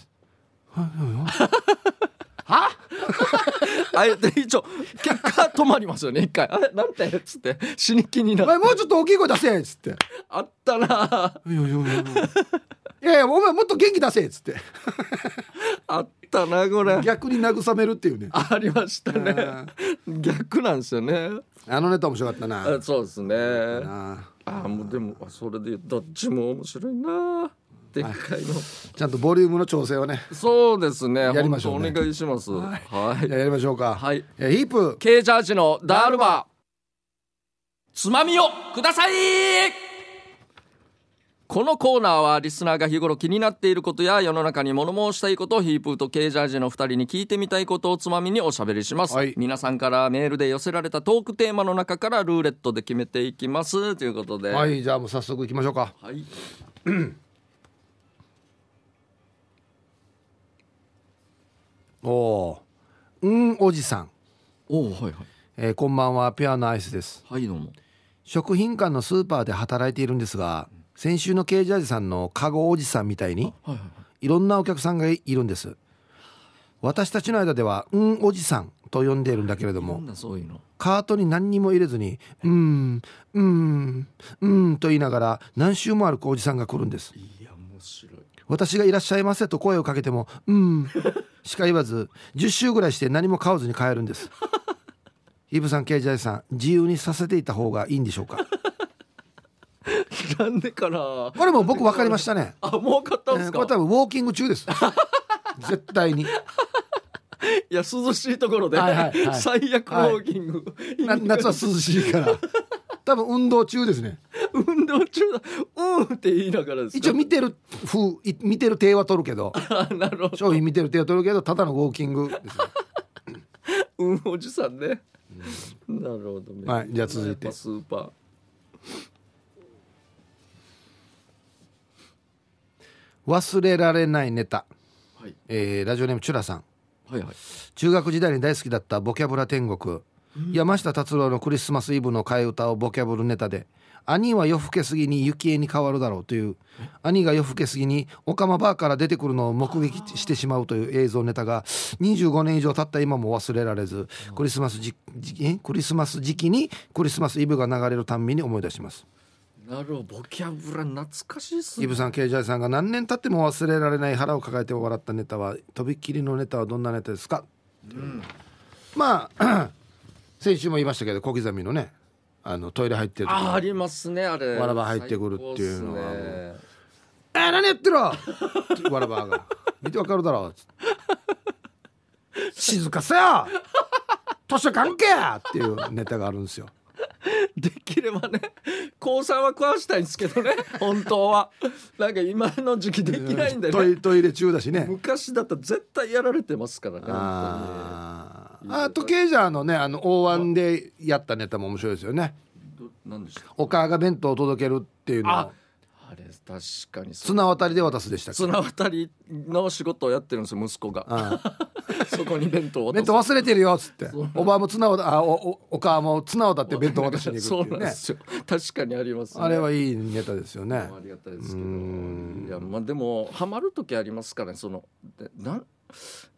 [SPEAKER 2] は
[SPEAKER 1] あえて一応結果止まりますよね一回あれなんてっつって死に気にな
[SPEAKER 2] お
[SPEAKER 1] る
[SPEAKER 2] 前もうちょっと大きい声出せっつ [LAUGHS] って
[SPEAKER 1] あったな
[SPEAKER 2] 「いやいやお前もっと元気出せ」っつって
[SPEAKER 1] あったなこれ
[SPEAKER 2] [LAUGHS] 逆に慰めるっていうね
[SPEAKER 1] ありましたね逆なんですよね
[SPEAKER 2] あのネタ面白かったな
[SPEAKER 1] あそうですね
[SPEAKER 2] あ
[SPEAKER 1] あもうでもあそれでどっちも面白いな展開の、
[SPEAKER 2] ちゃんとボリュームの調整をね
[SPEAKER 1] そうですね
[SPEAKER 2] やりましょうね
[SPEAKER 1] 本当お願いしますはい、
[SPEAKER 2] やりましょうか、
[SPEAKER 1] はい
[SPEAKER 2] えヒープ
[SPEAKER 1] K ジャージのダールバーつまみをくださいこのコーナーはリスナーが日頃気になっていることや世の中に物申したいことをヒープーと K ジャージの2人に聞いてみたいことをつまみにおしゃべりします、
[SPEAKER 2] はい
[SPEAKER 1] 皆さんからメールで寄せられたトークテーマの中からルーレットで決めていきますということで、
[SPEAKER 2] はいいじゃあもう早速いきましょうか
[SPEAKER 1] はい、
[SPEAKER 2] おおーうんおじさん、
[SPEAKER 1] おおはいはい
[SPEAKER 2] えーこんばんはピュアノアイスです
[SPEAKER 1] はいどうも
[SPEAKER 2] 食品館のスーパーで働いているんですが先週のケージャージさんのカゴおじさんみたいに
[SPEAKER 1] はいはい
[SPEAKER 2] いろんなお客さんがいるんです私たちの間では「うんおじさん」と呼んでいるんだけれど
[SPEAKER 1] な
[SPEAKER 2] も
[SPEAKER 1] んだそういうの
[SPEAKER 2] カートに何にも入れずに「うーんうーんうーん」と言いながら何周も歩くおじさんが来るんです
[SPEAKER 1] いや面白い
[SPEAKER 2] 私が「いらっしゃいませ」と声をかけても「うーん」しか言わず10周ぐらいして何も買わずに帰るんですイブさんケイジャイさん自由にさせていた方がいいんでしょうか
[SPEAKER 1] [LAUGHS] なんでかな
[SPEAKER 2] これも僕分かりましたね
[SPEAKER 1] あもう買ったんで
[SPEAKER 2] え
[SPEAKER 1] す
[SPEAKER 2] ー
[SPEAKER 1] か、
[SPEAKER 2] これ多分ウォーキング中です [LAUGHS] 絶対に
[SPEAKER 1] いや涼しいところで、
[SPEAKER 2] はいはいはい
[SPEAKER 1] 最悪ウォーキング、
[SPEAKER 2] な夏は涼しいから多分運動中ですね
[SPEAKER 1] 運動中だうんって言いながらですか
[SPEAKER 2] 一応見てる風い見てる手は取るけど
[SPEAKER 1] あ [LAUGHS] なるほど
[SPEAKER 2] 商品見てる手は取るけどただのウォーキングですね
[SPEAKER 1] うんおじさんね、なるほどね
[SPEAKER 2] はいじゃあ続いて
[SPEAKER 1] やっぱスーパー
[SPEAKER 2] 忘れられないネタ、
[SPEAKER 1] はい
[SPEAKER 2] えーラジオネームチュラさん
[SPEAKER 1] はいはい
[SPEAKER 2] 中学時代に大好きだったボキャブラ天国、山下達郎のクリスマスイブの替え歌をボキャブルネタで兄は夜更けすぎに雪絵に変わるだろうという兄が夜更けすぎにオカマバーから出てくるのを目撃してしまうという映像ネタが25年以上経った今も忘れられずクリスマスじじえクリスマス時期にクリスマスイブが流れるたんびに思い出します
[SPEAKER 1] なるほどボキャブラ懐かしいっす
[SPEAKER 2] イブ
[SPEAKER 1] ね
[SPEAKER 2] さん、ケイジャイさんが何年経っても忘れられない腹を抱えて笑ったネタは、とびっきりのネタはどんなネタですか、まあ、 [CLEARS THROAT] 先週も言いましたけど、小刻みのね、あのトイレ入ってる時
[SPEAKER 1] あありますねあれ
[SPEAKER 2] わらば入ってくるっていうの
[SPEAKER 1] 最高
[SPEAKER 2] は
[SPEAKER 1] っすね
[SPEAKER 2] えー何やってるわらばが。見てわかるだろう。静かさよ図書関係っていうネタがあるんですよ。
[SPEAKER 1] できればね高三は食わしたいんですけど
[SPEAKER 2] [LAUGHS]
[SPEAKER 1] ね本当はなんか今の時期できないんだ
[SPEAKER 2] ト
[SPEAKER 1] よね
[SPEAKER 2] イトイレ中だしね。
[SPEAKER 1] 昔だったら絶対やられてますからね本
[SPEAKER 2] あーあとケイジャーのねあの大湾でやったネタも面白いですよね
[SPEAKER 1] 当にど何でした
[SPEAKER 2] お母が弁当を届けるっていうの
[SPEAKER 1] あ
[SPEAKER 2] を
[SPEAKER 1] あれ確かにそう
[SPEAKER 2] 綱渡りで渡すでしたっけ
[SPEAKER 1] 綱渡りの仕事をやってるんですよ息子が
[SPEAKER 2] あ
[SPEAKER 1] [LAUGHS] そこに弁当を渡
[SPEAKER 2] あ弁
[SPEAKER 1] す
[SPEAKER 2] 当忘れてるよっ
[SPEAKER 1] [LAUGHS]
[SPEAKER 2] つっておばも綱をあおおお母も綱を渡って弁当渡し
[SPEAKER 1] [LAUGHS]
[SPEAKER 2] に
[SPEAKER 1] そ
[SPEAKER 2] 行
[SPEAKER 1] う
[SPEAKER 2] くって
[SPEAKER 1] ないんで
[SPEAKER 2] うね
[SPEAKER 1] すよ確かにありますね
[SPEAKER 2] あれはいいネタですよね
[SPEAKER 1] ありがたいですけどいやまあでもハマる時ありますからねそのでなん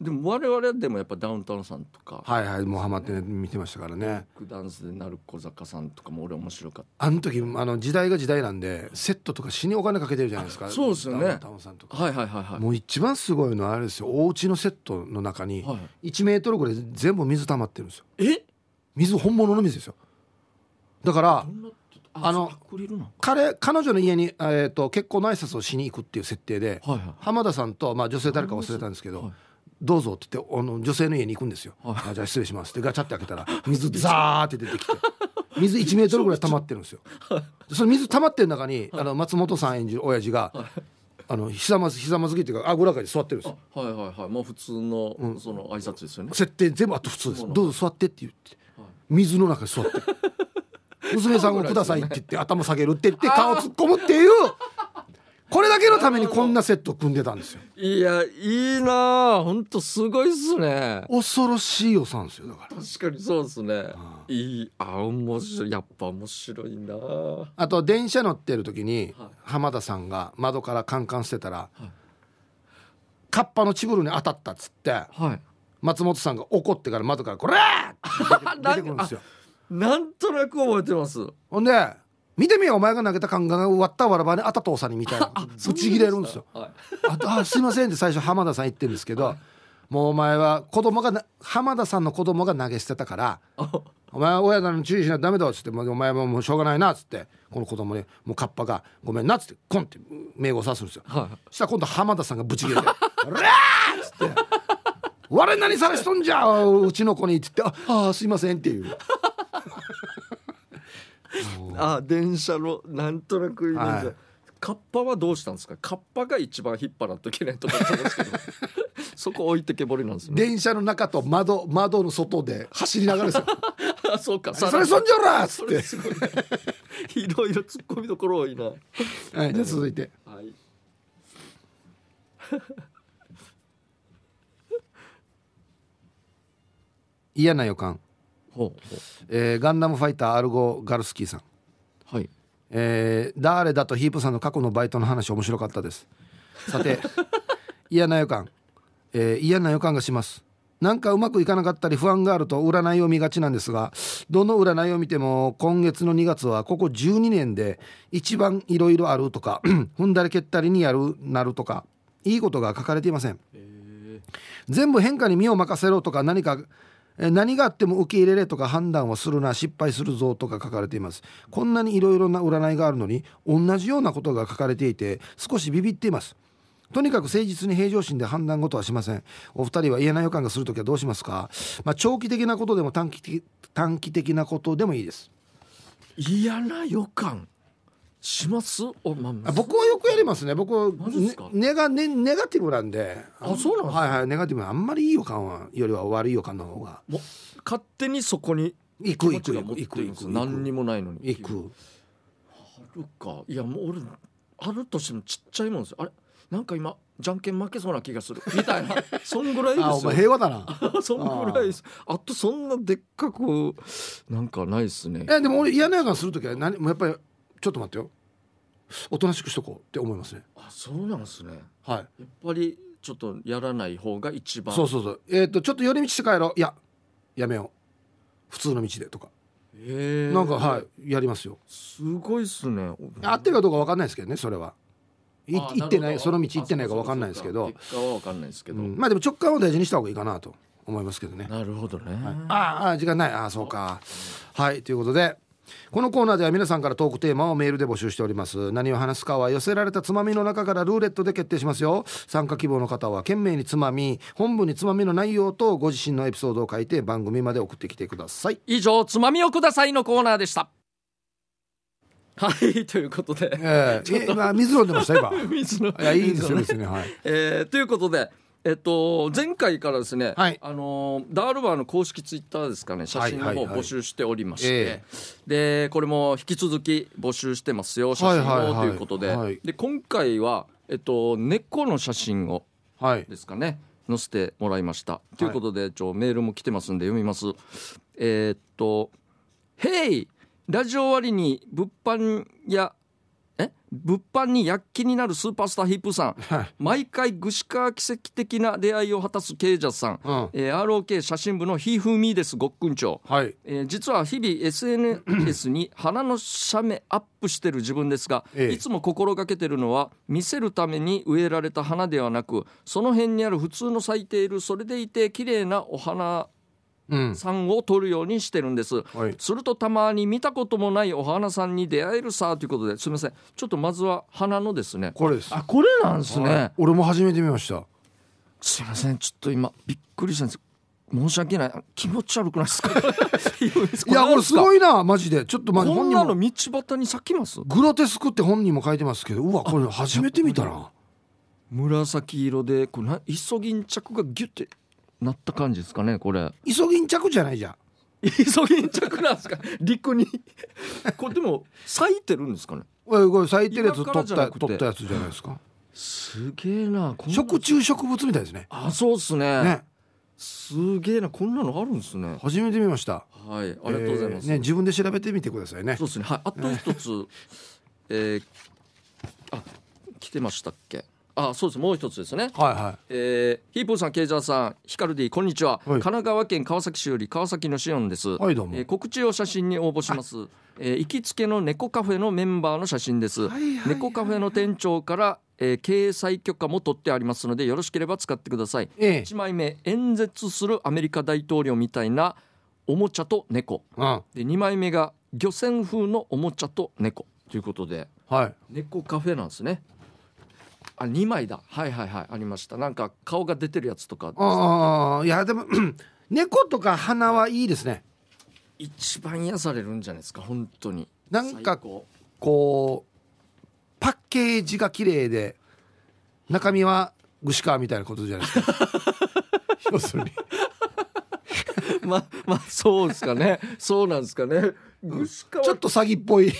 [SPEAKER 1] でも我々でもやっぱダウンタウンさんとか、
[SPEAKER 2] はいはいもうハマって、ね、見てましたからね
[SPEAKER 1] ロックダンスでなる小坂さんとかも俺面白かっ
[SPEAKER 2] あの時あの時代が時代なんでセットとか死にお金かけてるじゃないですか
[SPEAKER 1] そうですよね
[SPEAKER 2] ダウンタウンさんとか
[SPEAKER 1] たはいはいはいはい
[SPEAKER 2] もう一番すごいのはあれですよお家のセットの中に
[SPEAKER 1] は
[SPEAKER 2] 1メートルぐらい全部水溜まってるんですよ
[SPEAKER 1] え
[SPEAKER 2] 水本物の水ですよだから
[SPEAKER 1] どんな
[SPEAKER 2] あの
[SPEAKER 1] アクリルなの
[SPEAKER 2] 彼彼女の家に、えー、と結婚の挨拶をしに行くっていう設定で
[SPEAKER 1] はいは
[SPEAKER 2] 浜田さんと、まあ、女性誰か忘れたんですけど「
[SPEAKER 1] はい
[SPEAKER 2] どうぞ」って言ってあの女性の家に行くんですよ「
[SPEAKER 1] は
[SPEAKER 2] あじゃあ失礼します」ってガチャって開けたら水ザーって出てきて水1メー
[SPEAKER 1] [LAUGHS]
[SPEAKER 2] トルぐらい溜まってるんですよ。その水溜まってる中にあの松本さん演じる親父があのひざまずひざまずきっていうかあごらかに座ってるんですよ。
[SPEAKER 1] いはいはいはいもう普通の、その挨拶ですよね
[SPEAKER 2] 設定全部あと普通です「どうぞ座って」って言って
[SPEAKER 1] はい
[SPEAKER 2] 水の中に [LAUGHS] 座って娘さんを「ください」って言って頭下げるって言って顔突っ込むっていうこれだけのためにこんなセット組んでたんですよ
[SPEAKER 1] いやいいなあほんとすごいっすね
[SPEAKER 2] 恐ろしい予算ですよだから
[SPEAKER 1] 確かにそうですねいいあ面白いやっぱ面白いなあ
[SPEAKER 2] あと電車乗ってる時に
[SPEAKER 1] はい
[SPEAKER 2] 浜田さんが窓からカンカンしてたらカッパのチブルに当たったっつって
[SPEAKER 1] はい
[SPEAKER 2] 松本さんが怒ってから窓から「これ!」 [LAUGHS] って出てくるんですよ
[SPEAKER 1] なんとなく覚えてます
[SPEAKER 2] ほんで「見てみよお前が投げたカンカンが割ったわらばにあたとおさに」みたいなぶち切れるんですよ
[SPEAKER 1] は
[SPEAKER 2] あとあすいませんって最初浜田さん言ってるんですけど、もうお前は子供がな浜田さんの子供が投げ捨てたから
[SPEAKER 1] いあ
[SPEAKER 2] お前は親なのに注意しないとダメだ」っつって「もうお前はもうしょうがないな」っつってこの子供にもうカッパが「ごめんな」っつってコンって名をさすんですよ、
[SPEAKER 1] は
[SPEAKER 2] そしたら今度浜田さんがブチ切
[SPEAKER 1] [LAUGHS]
[SPEAKER 2] れて「ラー!」っつって「我何されしとんじゃうちの子に」っつって「ああーすいません」っていう
[SPEAKER 1] あ電車のなんとなくイメージ、
[SPEAKER 2] はい
[SPEAKER 1] カッパはどうしたんですかカッパが一番引っ張らんといけないと思ってますけ [LAUGHS] どそこ置いてけぼりなんですね
[SPEAKER 2] 電車の中と窓窓の外で走りながらですよ
[SPEAKER 1] あ [LAUGHS] [LAUGHS] そうか
[SPEAKER 2] それそんじゃらっつ
[SPEAKER 1] そ
[SPEAKER 2] っ
[SPEAKER 1] れ
[SPEAKER 2] て、
[SPEAKER 1] すご [LAUGHS] いないろいろ突っ込みどころ多いなは
[SPEAKER 2] はい、じゃあ続いて
[SPEAKER 1] い
[SPEAKER 2] 嫌な予感、
[SPEAKER 1] ほう
[SPEAKER 2] えーガンダムファイターアルゴ・ガルスキーさん
[SPEAKER 1] はい
[SPEAKER 2] えー、誰だとヒープさんの過去のバイトの話面白かったですさて嫌な予感、えー嫌な予感がしますなんかうまくいかなかったり不安があると占いを見がちなんですがどの占いを見ても今月の2月はここ12年で一番いろいろあるとか [CLEARS THROAT] 踏んだり蹴ったりにやるなるとかいいことが書かれていません全部変化に身を任せろとか何かえー何があっても受け入れれとか判断をするな失敗するぞとか書かれていますこんなにいろいろな占いがあるのに同じようなことが書かれていて少しビビっていますとにかく誠実に平常心で判断事はしませんお二人は嫌な予感がするときはどうしますか、まあ、長期的なことでも短期的短期的なことでもいいです
[SPEAKER 1] 嫌な予感しますおま
[SPEAKER 2] あ
[SPEAKER 1] ん
[SPEAKER 2] 僕はよくやりますね僕は
[SPEAKER 1] マジっすか
[SPEAKER 2] ネガネネガティブなんで
[SPEAKER 1] あそうなんですか
[SPEAKER 2] はいはいネガティブあんまりいい予感はよりは悪い予感の方が
[SPEAKER 1] も勝手にそこに気
[SPEAKER 2] 行く
[SPEAKER 1] 持
[SPEAKER 2] 行
[SPEAKER 1] ち
[SPEAKER 2] く
[SPEAKER 1] が
[SPEAKER 2] 行
[SPEAKER 1] 持っ
[SPEAKER 2] く
[SPEAKER 1] てい
[SPEAKER 2] 行
[SPEAKER 1] く
[SPEAKER 2] く
[SPEAKER 1] ん
[SPEAKER 2] 行
[SPEAKER 1] です
[SPEAKER 2] く
[SPEAKER 1] 何にもないのに
[SPEAKER 2] 行く
[SPEAKER 1] あるかいやもう俺あるとしてもちっちゃいもんですよあれなんか今じゃんけん負けそうな気がするみたい
[SPEAKER 2] [LAUGHS]
[SPEAKER 1] なそんぐらいで
[SPEAKER 2] あお
[SPEAKER 1] すよ
[SPEAKER 2] 前平和だな
[SPEAKER 1] [LAUGHS] そんぐらいですあとそんなでっかくなんかないですね
[SPEAKER 2] えでも俺嫌な予感する時は何もうやっぱりちょっと待ってよおとなしくしとこうって思いますね
[SPEAKER 1] あそうなんですね
[SPEAKER 2] はい
[SPEAKER 1] やっぱりちょっとやらない方が一番
[SPEAKER 2] そうそうそうえっ、とちょっと寄り道して帰ろういややめよう普通の道でとか、
[SPEAKER 1] へえ
[SPEAKER 2] なんかはいやりますよ
[SPEAKER 1] すごいっすね
[SPEAKER 2] 合ってるかどうか分かんないですけどねそれはい
[SPEAKER 1] あ
[SPEAKER 2] 行ってな
[SPEAKER 1] る
[SPEAKER 2] い
[SPEAKER 1] ほ
[SPEAKER 2] そ
[SPEAKER 1] ど
[SPEAKER 2] の道行ってないか分かんないですけ
[SPEAKER 1] あそ
[SPEAKER 2] ど
[SPEAKER 1] うかそうか結果は分かんないですけ
[SPEAKER 2] う
[SPEAKER 1] ど、
[SPEAKER 2] ん、まあでも直感を大事にした方がいいかなと思いますけどね
[SPEAKER 1] なるほどね、
[SPEAKER 2] ああ時間ないああそうかはいということでこのコーナーでは皆さんからトークテーマをメールで募集しております何を話すかは寄せられたつまみの中からルーレットで決定しますよ参加希望の方は懸命につまみ本文につまみの内容とご自身のエピソードを書いて番組まで送ってきてく
[SPEAKER 1] [LAUGHS]
[SPEAKER 2] ださい
[SPEAKER 1] 以上「つまみをください」のコーナーでしたはいということで、
[SPEAKER 2] [LAUGHS] えええまあ水飲んでました
[SPEAKER 1] [LAUGHS]
[SPEAKER 2] 今い
[SPEAKER 1] 水の
[SPEAKER 2] やいいですよ
[SPEAKER 1] 水のね
[SPEAKER 2] 別にはい
[SPEAKER 1] えーということでえっと、前回からですね、
[SPEAKER 2] はい
[SPEAKER 1] あのーダールバーの公式ツイッターですかね写真の
[SPEAKER 2] はいは
[SPEAKER 1] 方
[SPEAKER 2] いはい
[SPEAKER 1] 募集しておりまして、
[SPEAKER 2] え
[SPEAKER 1] でこれも引き続き募集してますよ写
[SPEAKER 2] はい
[SPEAKER 1] 真を、
[SPEAKER 2] はいはい
[SPEAKER 1] ということで,、
[SPEAKER 2] はい
[SPEAKER 1] で今回は、えっと、猫の写真を
[SPEAKER 2] はい
[SPEAKER 1] ですかね載せてもらいました、ということでちょメールも来てますんで読みますえーっと「Hey! ラジオ終わりに物販やえ物販に躍起になるスーパースターヒップさん
[SPEAKER 2] はい
[SPEAKER 1] 毎回具志川奇跡的な出会いを果たすケイジャさん、
[SPEAKER 2] うん
[SPEAKER 1] えー ROK 写真部のひふみですごっくんちょう
[SPEAKER 2] はい
[SPEAKER 1] えー実は日々 SNS に花の写メアップしてる自分ですが、
[SPEAKER 2] ええ
[SPEAKER 1] いつも心がけてるのは見せるために植えられた花ではなくその辺にある普通の咲いているそれでいて綺麗なお花
[SPEAKER 2] うん
[SPEAKER 1] さんを撮るようにしてるんです、
[SPEAKER 2] はい
[SPEAKER 1] するとたまに見たこともないお花さんに出会えるさということですみませんちょっとまずは花のですね
[SPEAKER 2] これです
[SPEAKER 1] あこれなんですね、
[SPEAKER 2] はい俺も初めて見ました
[SPEAKER 1] すいませんちょっと今びっくりしたんです申し訳ないあ気持ち悪くないですか [LAUGHS]
[SPEAKER 2] いやこれす
[SPEAKER 1] い
[SPEAKER 2] ごいなマジでちょっとまあ
[SPEAKER 1] こ
[SPEAKER 2] 本
[SPEAKER 1] ん
[SPEAKER 2] 人
[SPEAKER 1] な
[SPEAKER 2] も
[SPEAKER 1] の道端に咲きます
[SPEAKER 2] グロテスクって本人も書いてますけどうわこれ初めて見たな
[SPEAKER 1] 紫色でこれなイソギンチャクがギュってなった感じですかねこれ
[SPEAKER 2] イソギンチャクじゃないじゃん
[SPEAKER 1] イソギンチャクなんですか [LAUGHS] 陸にこれでも咲いてるんですかね
[SPEAKER 2] おいこれ咲いてるやつ
[SPEAKER 1] 今から
[SPEAKER 2] 取っ
[SPEAKER 1] じゃな
[SPEAKER 2] た
[SPEAKER 1] くて
[SPEAKER 2] 取ったやつじゃないですか
[SPEAKER 1] すげえなこんな
[SPEAKER 2] 食虫植物みたいですね
[SPEAKER 1] あそうっすね
[SPEAKER 2] ね
[SPEAKER 1] すげえなこんなのあるんですね
[SPEAKER 2] 初めて見ました
[SPEAKER 1] はいありがとうございます、
[SPEAKER 2] えーね自分で調べてみてくださいね
[SPEAKER 1] そうですね。はい。あと一つ、えー、あ来てましたっけ。あ、そうです。もう一つですね。
[SPEAKER 2] はいは
[SPEAKER 1] えー、ヒープーさん、ケイジャーさん、ヒカルディ、こんにちは。神奈川県川崎市より川崎のシオンです。
[SPEAKER 2] はいどうも
[SPEAKER 1] えー告知を写真に応募します。えー行きつけの猫カフェのメンバーの写真です。
[SPEAKER 2] はいはいはい
[SPEAKER 1] 猫カフェの店長から、えー掲載許可も取ってありますので、よろしければ使ってください。
[SPEAKER 2] ええ
[SPEAKER 1] 1枚目演説するアメリカ大統領みたいなおもちゃと猫
[SPEAKER 2] うん
[SPEAKER 1] で2枚目が漁船風のおもちゃと猫ということで
[SPEAKER 2] はい
[SPEAKER 1] 猫カフェなんですねあ2枚だはいはいはいありましたなんか顔が出てるやつとか
[SPEAKER 2] ああいやでも [CLEARS THROAT] 猫とか鼻はいいですね
[SPEAKER 1] 一番癒されるんじゃないですか本当に
[SPEAKER 2] なんか
[SPEAKER 1] 最高
[SPEAKER 2] こうパッケージが綺麗で中身は串川みたいなことじゃないで
[SPEAKER 1] [LAUGHS]
[SPEAKER 2] すか要するに
[SPEAKER 1] [LAUGHS] ままあそうですかねそうなんですかねぐしかわ
[SPEAKER 2] ちょっと詐欺っ
[SPEAKER 1] [LAUGHS]
[SPEAKER 2] ぽい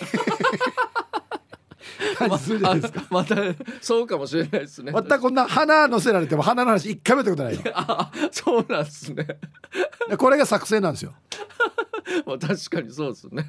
[SPEAKER 2] 感じするじゃないですか、
[SPEAKER 1] またそうかもしれないですね
[SPEAKER 2] またこんな鼻乗せられても鼻の話一回もやったことないよ
[SPEAKER 1] あそうなんですね
[SPEAKER 2] これが作戦なんですよ
[SPEAKER 1] まあ確かにそうですね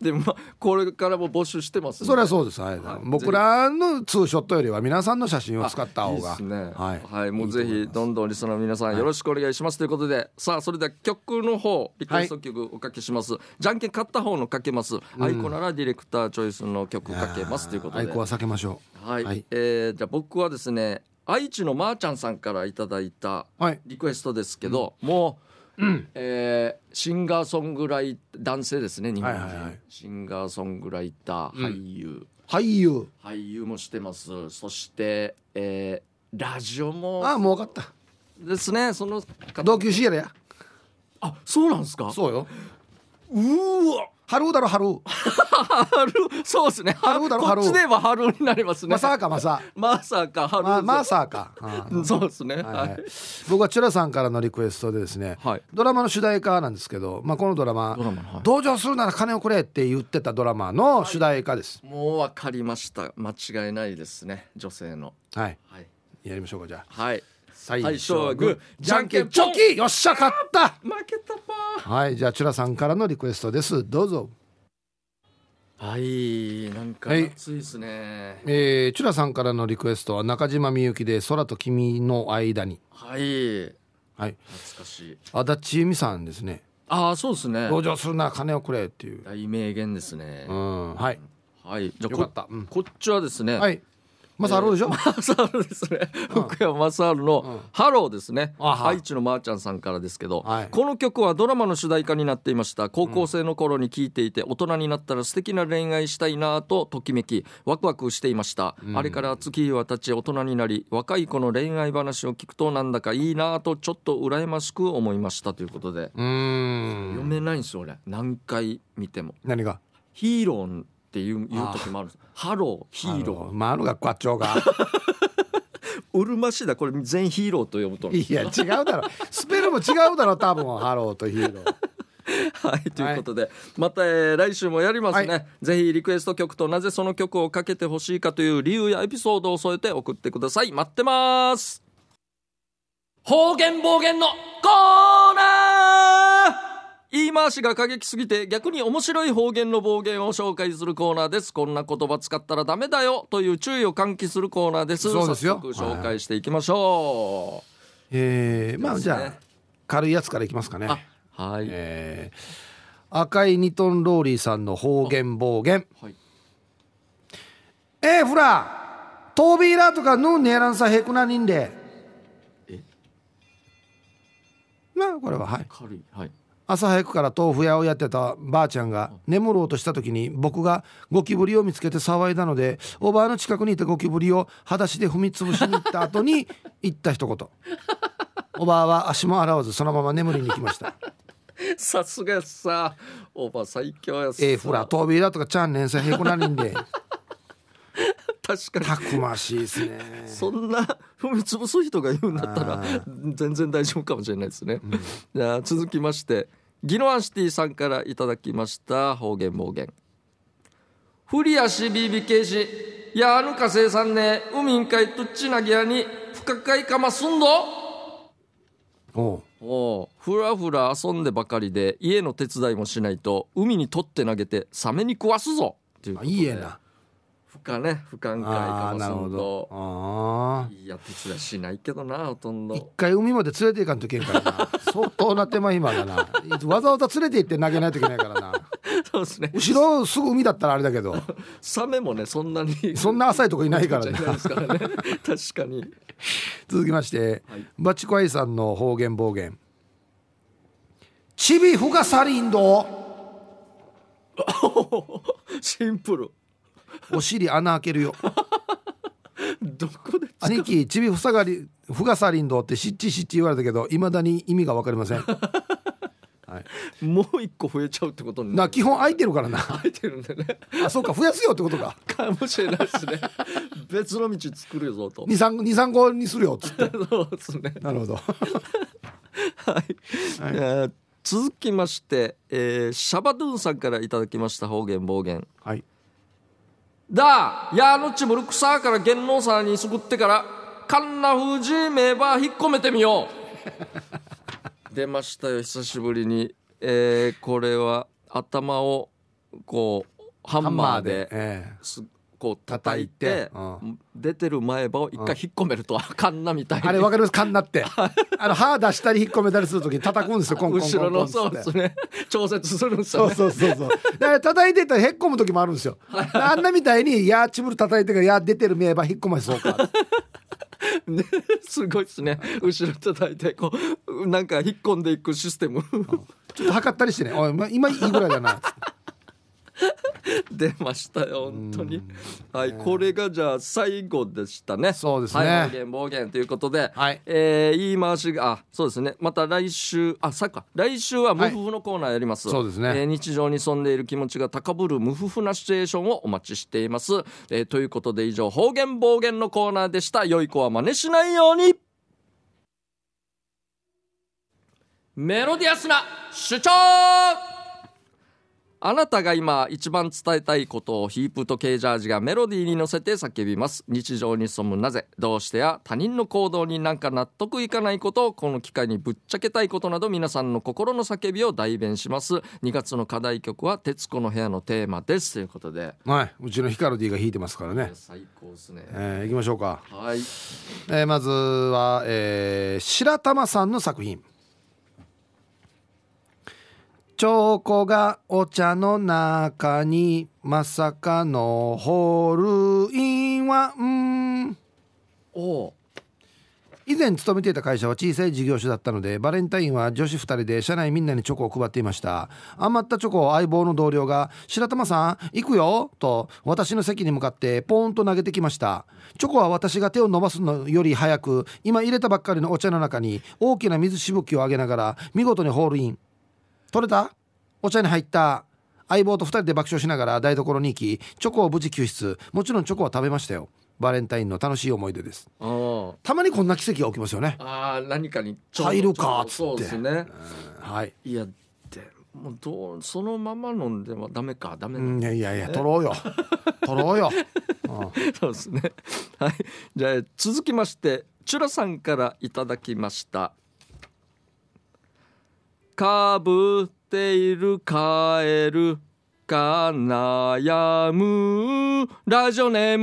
[SPEAKER 1] でもまあこれからも募集してますね
[SPEAKER 2] それはそうです、はい
[SPEAKER 1] はい
[SPEAKER 2] 僕らのツーショットよりは皆さんの写真を使った方が
[SPEAKER 1] いいですね。
[SPEAKER 2] はい、
[SPEAKER 1] もうぜ
[SPEAKER 2] いい
[SPEAKER 1] ひ
[SPEAKER 2] と思います
[SPEAKER 1] どんどんリスナーの皆さんよろしくお願いしますということで、さあそれでは曲の方リクエスト曲おかけします。じゃんけん勝った方のかけます。アイコならディレクターチョイスの曲かけますということ
[SPEAKER 2] ア
[SPEAKER 1] で。
[SPEAKER 2] イコは避けましょう
[SPEAKER 1] はい、
[SPEAKER 2] はい、
[SPEAKER 1] えーじゃあ僕はですね愛知のまーちゃんさんからいただいた
[SPEAKER 2] はい
[SPEAKER 1] リクエストですけど、もう、えーシンガーソングライ男性ですね日本人、
[SPEAKER 2] はいはいはい
[SPEAKER 1] シンガーソングライター俳優、
[SPEAKER 2] 俳優
[SPEAKER 1] 俳優もしてますそして、えーラジオ
[SPEAKER 2] あ
[SPEAKER 1] も
[SPEAKER 2] あもう分かっ
[SPEAKER 1] ですねその
[SPEAKER 2] た
[SPEAKER 1] 方
[SPEAKER 2] 同級生やらや
[SPEAKER 1] あそうなんですか
[SPEAKER 2] そうよ
[SPEAKER 1] うーわ
[SPEAKER 2] 春だ
[SPEAKER 1] [LAUGHS]
[SPEAKER 2] ろ春
[SPEAKER 1] 春そうですね
[SPEAKER 2] 春だろ
[SPEAKER 1] こっちでは春になりますね
[SPEAKER 2] まさかまさ
[SPEAKER 1] まさか春
[SPEAKER 2] ままさかあー
[SPEAKER 1] そうですねはい、
[SPEAKER 2] はいはい、僕はチュラさんからのリクエストでですね、
[SPEAKER 1] はい
[SPEAKER 2] ドラマの主題歌なんですけど、まあ、このドラマ
[SPEAKER 1] ドラマのはい
[SPEAKER 2] 同情するなら金をくれ」って言ってたドラマの主題歌です
[SPEAKER 1] もうわかりました間違いないですね女性の
[SPEAKER 2] はい
[SPEAKER 1] はい、
[SPEAKER 2] やりましょうかじゃあ
[SPEAKER 1] はい、
[SPEAKER 2] 最
[SPEAKER 1] 初はグー
[SPEAKER 2] じゃんけんチョキよっしゃ勝った
[SPEAKER 1] 負けたパ
[SPEAKER 2] はいじゃあチュラさんからのリクエストですどうぞ、
[SPEAKER 1] ーはいなんか
[SPEAKER 2] はい
[SPEAKER 1] 暑いですね
[SPEAKER 2] えー、チュラさんからのリクエストは中島みゆきで「空と君の間に
[SPEAKER 1] はい」
[SPEAKER 2] はい
[SPEAKER 1] 懐かしい
[SPEAKER 2] 足立由美さんですね
[SPEAKER 1] ああそうです
[SPEAKER 2] 「
[SPEAKER 1] ね
[SPEAKER 2] 同情するなら金をくれ」っていう
[SPEAKER 1] 大名言ですね、
[SPEAKER 2] うんはい
[SPEAKER 1] はい、じゃあ
[SPEAKER 2] よかったうん
[SPEAKER 1] ここっちはですね、、
[SPEAKER 2] はいいまずあるでしょ、
[SPEAKER 1] 正治ですね、福山雅治の「ハロー」ですね、
[SPEAKER 2] あは
[SPEAKER 1] 愛知のまーちゃんさんからですけど、
[SPEAKER 2] はい
[SPEAKER 1] この曲はドラマの主題歌になっていました高校生の頃に聴いていて、大人になったら素敵な恋愛したいなぁとときめきワクワクしていました、あれから月日は経ち大人になり若い子の恋愛話を聞くとなんだかいいなぁとちょっと羨ましく思いましたということで、
[SPEAKER 2] うーん
[SPEAKER 1] 読めないんですよ俺何回見ても
[SPEAKER 2] 何が
[SPEAKER 1] 「ヒーロー」っていう言う時もあるんです「ハロー」「ヒーロー」
[SPEAKER 2] ーまああの学校長が
[SPEAKER 1] うるま市だこれ全員ヒーローと呼ぶと思う
[SPEAKER 2] [LAUGHS] いや違うだろスペルも違うだろ多分ハローとヒーロー
[SPEAKER 1] はいということで、また、えー来週もやりますね、ぜひリクエスト曲となぜその曲をかけてほしいかという理由やエピソードを添えて送ってください待ってます方言暴言のコーナー言い回しが過激すぎて逆に面白い方言の暴言を紹介するコーナーですこんな言葉使ったらダメだよという注意を喚起するコーナーです
[SPEAKER 2] そうですよ
[SPEAKER 1] 早速紹介していきましょ
[SPEAKER 2] えー、まあじ
[SPEAKER 1] で
[SPEAKER 2] ゃ
[SPEAKER 1] す
[SPEAKER 2] あ
[SPEAKER 1] ね
[SPEAKER 2] 軽いやつからいきますかね
[SPEAKER 1] う、あはい、
[SPEAKER 2] えー赤いニトンローリーさんの方言暴言
[SPEAKER 1] はい
[SPEAKER 2] 「えー、フラトービーラーとかヌンネーランサヘクナニンで」
[SPEAKER 1] え
[SPEAKER 2] まあこれははい
[SPEAKER 1] 軽いはい
[SPEAKER 2] 朝早くから豆腐屋をやってたばあちゃんが眠ろうとした時に僕がゴキブリを見つけて騒いだのでおばあの近くにいたゴキブリを裸足で踏み潰しに行った後に [LAUGHS] 言った一言おばあは足も洗わずそのまま眠りに行きま [LAUGHS] した
[SPEAKER 1] さすがやっさおば最強やっ
[SPEAKER 2] 「
[SPEAKER 1] さ
[SPEAKER 2] えー、フラトービーラーとかチャンネンサヘクナニンで」
[SPEAKER 1] 確かに
[SPEAKER 2] [LAUGHS] たくましいですね
[SPEAKER 1] そんな踏み潰す人が言うんだったら全然大丈夫かもしれないですね、じゃあ続きましてギノアンシティさんからいただきました方言暴言フリアシ BBK しやあぬかせいさんね海んかいとっちなぎやに不可解かますんど
[SPEAKER 2] おう
[SPEAKER 1] おうふらふら遊んでばかりで家の手伝いもしないと海に取って投げてサメに食わすぞっていう
[SPEAKER 2] あ
[SPEAKER 1] こと
[SPEAKER 2] い
[SPEAKER 1] で
[SPEAKER 2] いえな
[SPEAKER 1] 不可ね不寛解
[SPEAKER 2] あ
[SPEAKER 1] か
[SPEAKER 2] あ
[SPEAKER 1] も
[SPEAKER 2] な
[SPEAKER 1] す
[SPEAKER 2] るほ
[SPEAKER 1] ん
[SPEAKER 2] ど
[SPEAKER 1] と
[SPEAKER 2] ああ
[SPEAKER 1] いや手伝いしないけどなほとん
[SPEAKER 2] 一
[SPEAKER 1] ど
[SPEAKER 2] 回海まで連れて行かんといけんからな相当な手間今だなわざわざ連れて行って投げないといけないからな
[SPEAKER 1] [LAUGHS] そうですね
[SPEAKER 2] 後ろすぐ海だったらあれだけ
[SPEAKER 1] [LAUGHS]
[SPEAKER 2] ど
[SPEAKER 1] サメもね [LAUGHS] そんなに
[SPEAKER 2] そんな浅いとこいないから
[SPEAKER 1] じゃ [LAUGHS]
[SPEAKER 2] な
[SPEAKER 1] ないですからね確かに
[SPEAKER 2] 続きまして、
[SPEAKER 1] はい
[SPEAKER 2] バチコアイさんの方言暴言「チビフがサリンド
[SPEAKER 1] シンプル
[SPEAKER 2] お尻穴開け
[SPEAKER 1] [LAUGHS]
[SPEAKER 2] るよ
[SPEAKER 1] どこで
[SPEAKER 2] 兄貴チビフサガリフがサリンドってしっちしっち言われたけどいまだに意味が分かりません
[SPEAKER 1] もう一個増えちゃうってことにな
[SPEAKER 2] な基本空いてるか
[SPEAKER 1] [LAUGHS]
[SPEAKER 2] らな
[SPEAKER 1] 入ってるんでね
[SPEAKER 2] あそうか増やすよってことか
[SPEAKER 1] かもしれないです [LAUGHS] ね別の道作るぞと
[SPEAKER 2] 23個にするよっつって
[SPEAKER 1] そうですね
[SPEAKER 2] なるほど
[SPEAKER 1] はい、
[SPEAKER 2] はい
[SPEAKER 1] えー続きまして、えーシャバドゥンさんからいただきました方言暴言
[SPEAKER 2] はい
[SPEAKER 1] だやのちむるくさから元能さんにすくってからかんなふじめば引っ込めてみよう出ましたよ久しぶりに、えーこれは頭をこうハンマーで
[SPEAKER 2] ええ
[SPEAKER 1] すこう叩いて
[SPEAKER 2] 叩いて
[SPEAKER 1] 出てる前歯を一回引っ込めるとあかんなみたいに
[SPEAKER 2] あれわかりますかん
[SPEAKER 1] [LAUGHS]
[SPEAKER 2] なってあの歯出したり引っ込めたりするときに叩くんですよコンコンコン
[SPEAKER 1] 後ろ
[SPEAKER 2] コン
[SPEAKER 1] の
[SPEAKER 2] っつ
[SPEAKER 1] そ
[SPEAKER 2] っ
[SPEAKER 1] う
[SPEAKER 2] て
[SPEAKER 1] ですね調節するんです
[SPEAKER 2] そ
[SPEAKER 1] よ
[SPEAKER 2] う
[SPEAKER 1] ね
[SPEAKER 2] そうそうそう。だから叩いてたらへっこむ時もあるんですよ。あんなみたいに、いやー、チムル叩いてから、いやー、出てる名ば引っ込ませそうか。
[SPEAKER 1] ねすごいですね後ろ叩いてこうなんか引っ込んでいくシステム
[SPEAKER 2] ちょっと測ったりしてね、おい、ま今いいぐらいだな。
[SPEAKER 1] 出ましたよ本当にはいこれがじゃあ最後でしたね
[SPEAKER 2] そうですね
[SPEAKER 1] はい、暴言暴言ということで、
[SPEAKER 2] はい
[SPEAKER 1] えー言い回しがあそうですねまた来週あさっきか来週は無夫婦のコーナーやります、
[SPEAKER 2] [LAUGHS] そうですね
[SPEAKER 1] えー日常に潜んでいる気持ちが高ぶる無夫婦なシチュエーションをお待ちしています、えーということで以上方言暴言のコーナーでした良い子は真似しないようにメロディアスな主張あなたが今一番伝えたいことをヒープとケージャージがメロディーに乗せて叫びます日常に潜むなぜどうしてや他人の行動になんか納得いかないことをこの機会にぶっちゃけたいことなど皆さんの心の叫びを代弁します2月の課題曲は「徹子の部屋」のテーマですということで
[SPEAKER 2] はい、うちのヒカルディが弾いてますからね。
[SPEAKER 1] 最高ですね
[SPEAKER 2] えー、行きましょうか。
[SPEAKER 1] はい
[SPEAKER 2] えー、まずは、えー、白玉さんの作品。チョコがお茶の中にまさかのホールインワン。
[SPEAKER 1] おお
[SPEAKER 2] 以前勤めていた会社は小さい事業所だったのでバレンタインは女子2人で社内みんなにチョコを配っていました余ったチョコを相棒の同僚が「白玉さん行くよ」と私の席に向かってポーンと投げてきましたチョコは私が手を伸ばすのより早く今入れたばっかりのお茶の中に大きな水しぶきを上げながら見事にホールイン取れたお茶に入った相棒と2人で爆笑しながら台所に行きチョコを無事救出もちろんチョコは食べましたよバレンタインの楽しい思い出です
[SPEAKER 1] あ
[SPEAKER 2] たまにこんな奇跡が起きますよね
[SPEAKER 1] あー何かにちょ
[SPEAKER 2] 入るかっつって
[SPEAKER 1] そうですね
[SPEAKER 2] はい。
[SPEAKER 1] いやでもどうそのまま飲んではダメかダメだ
[SPEAKER 2] うん、いやいやいや、取
[SPEAKER 1] [LAUGHS]
[SPEAKER 2] ろうよ。取ろうよ。うん
[SPEAKER 1] そうですね。はい。じゃあ続きまして、チュラさんからいただきました。かぶっているカエルか悩むラジオネー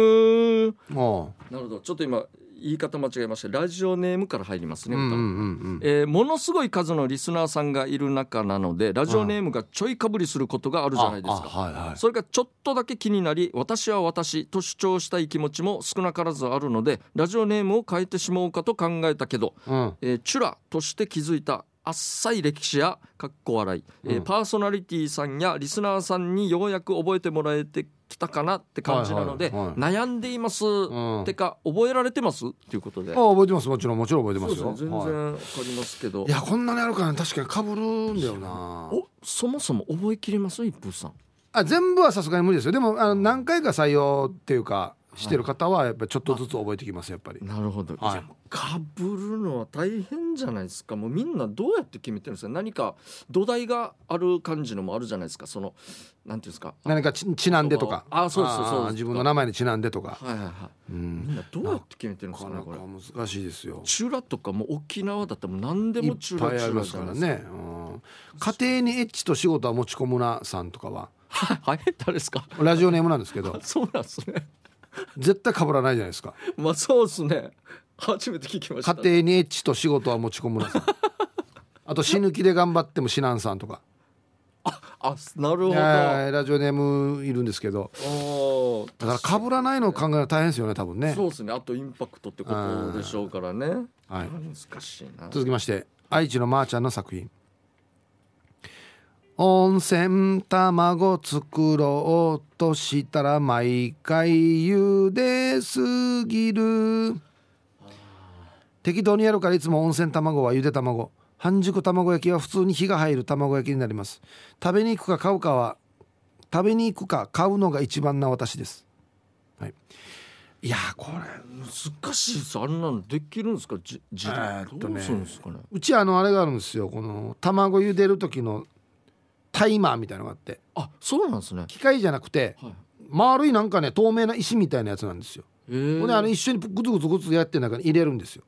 [SPEAKER 1] ム。
[SPEAKER 2] も
[SPEAKER 1] なるほど。ちょっと今言い方間違えました。ラジオネームから入ります
[SPEAKER 2] う。
[SPEAKER 1] ね。歌
[SPEAKER 2] うん
[SPEAKER 1] は
[SPEAKER 2] うんうんうん。
[SPEAKER 1] えーものすごい数のリスナーさんがいる中なのでラジオネームがちょいかぶりすることがあるじゃないですか
[SPEAKER 2] ああはいはい。
[SPEAKER 1] それがちょっとだけ気になり私は私と主張したい気持ちも少なからずあるのでラジオネームを変えてしまおうかと考えたけど、
[SPEAKER 2] うん。
[SPEAKER 1] えーチュラとして気づいたあっさい歴史やかっこ笑い、えー
[SPEAKER 2] うん
[SPEAKER 1] パーソナリティさんやリスナーさんにようやく覚えてもらえてきたかなって感じなので、
[SPEAKER 2] はいはいはい
[SPEAKER 1] 悩んでいます、
[SPEAKER 2] ん
[SPEAKER 1] てか覚えられてますっていうことで
[SPEAKER 2] あ、覚えてます。もちろん、もちろん覚えてます
[SPEAKER 1] そう
[SPEAKER 2] よ。
[SPEAKER 1] ですね全
[SPEAKER 2] は
[SPEAKER 1] 然わかりますけど、
[SPEAKER 2] いいや、こんなにあるから、確かにかぶるんだよな。
[SPEAKER 1] おそもそも覚えきれます一風さん
[SPEAKER 2] あ、全部はさすがに無理ですよ。でも、あの、何回か採用っていうか、してる方は、やっぱりちょっとずつ覚えてきます。やっぱり。
[SPEAKER 1] なるほど、
[SPEAKER 2] はい
[SPEAKER 1] いや、かぶるのは大変じゃないですかもうみんなどうやって決めてるんですか何か土台がある感じのもあるじゃないですかそのなんていうんですか
[SPEAKER 2] 何かち、ちなんでとか。
[SPEAKER 1] あそうですそうです
[SPEAKER 2] あ自分の名前にちなんでとか。
[SPEAKER 1] はいはいはい
[SPEAKER 2] うん。
[SPEAKER 1] みんなどうやって決めてるん
[SPEAKER 2] な
[SPEAKER 1] です
[SPEAKER 2] か
[SPEAKER 1] か
[SPEAKER 2] な
[SPEAKER 1] ね
[SPEAKER 2] か
[SPEAKER 1] これ
[SPEAKER 2] 難しいですよ。
[SPEAKER 1] チュラとかも沖縄だったらもう何で
[SPEAKER 2] い
[SPEAKER 1] も
[SPEAKER 2] っ
[SPEAKER 1] チュ
[SPEAKER 2] ぱ
[SPEAKER 1] ラ
[SPEAKER 2] い
[SPEAKER 1] チ
[SPEAKER 2] あり
[SPEAKER 1] ュラ
[SPEAKER 2] ま
[SPEAKER 1] じ
[SPEAKER 2] す
[SPEAKER 1] ゃ
[SPEAKER 2] か
[SPEAKER 1] な
[SPEAKER 2] ら
[SPEAKER 1] いですか
[SPEAKER 2] ね、うん家庭にエッチと仕事は持ち込むなさんとかは
[SPEAKER 1] [LAUGHS] はい誰ですか
[SPEAKER 2] ラジオネームなんですけ [LAUGHS] ど
[SPEAKER 1] そうなんですね
[SPEAKER 2] 絶対被らないじゃないですか
[SPEAKER 1] まあそうですね初めて聞きました
[SPEAKER 2] 家庭にエッチと仕事は持ち込むなさんあと死ぬ気で頑張っても死なんさんとか、
[SPEAKER 1] あなるほど、
[SPEAKER 2] はいラジオネームいるんですけど
[SPEAKER 1] おー
[SPEAKER 2] だから被らないのを考えるの大変ですよね多分ね
[SPEAKER 1] そうですねあとインパクトってことでしょうからね
[SPEAKER 2] はい
[SPEAKER 1] 難しいな
[SPEAKER 2] 続きまして愛知のまーちゃんの作品温泉卵作ろうとしたら毎回茹ですぎる適当にやるからいつも温泉卵はゆで卵半熟卵焼きは普通に火が入る卵焼きになります食べに行くか買うかは食べに行くか買うのが一番な私です、はい、いやーこれ
[SPEAKER 1] 難しいですあんなのできるんですかじ自
[SPEAKER 2] えーっ
[SPEAKER 1] 動
[SPEAKER 2] とね
[SPEAKER 1] どうするんですかね
[SPEAKER 2] うちあのあれがあるんですよこの卵茹でる時のタイマーみたいなのがあって
[SPEAKER 1] あそうなんですね
[SPEAKER 2] 機械じゃなくて
[SPEAKER 1] はい
[SPEAKER 2] 丸いなんかね透明な石みたいなやつなんですよ、
[SPEAKER 1] えー
[SPEAKER 2] ほんであの一緒にグツグツグツやって中に入れるんですよ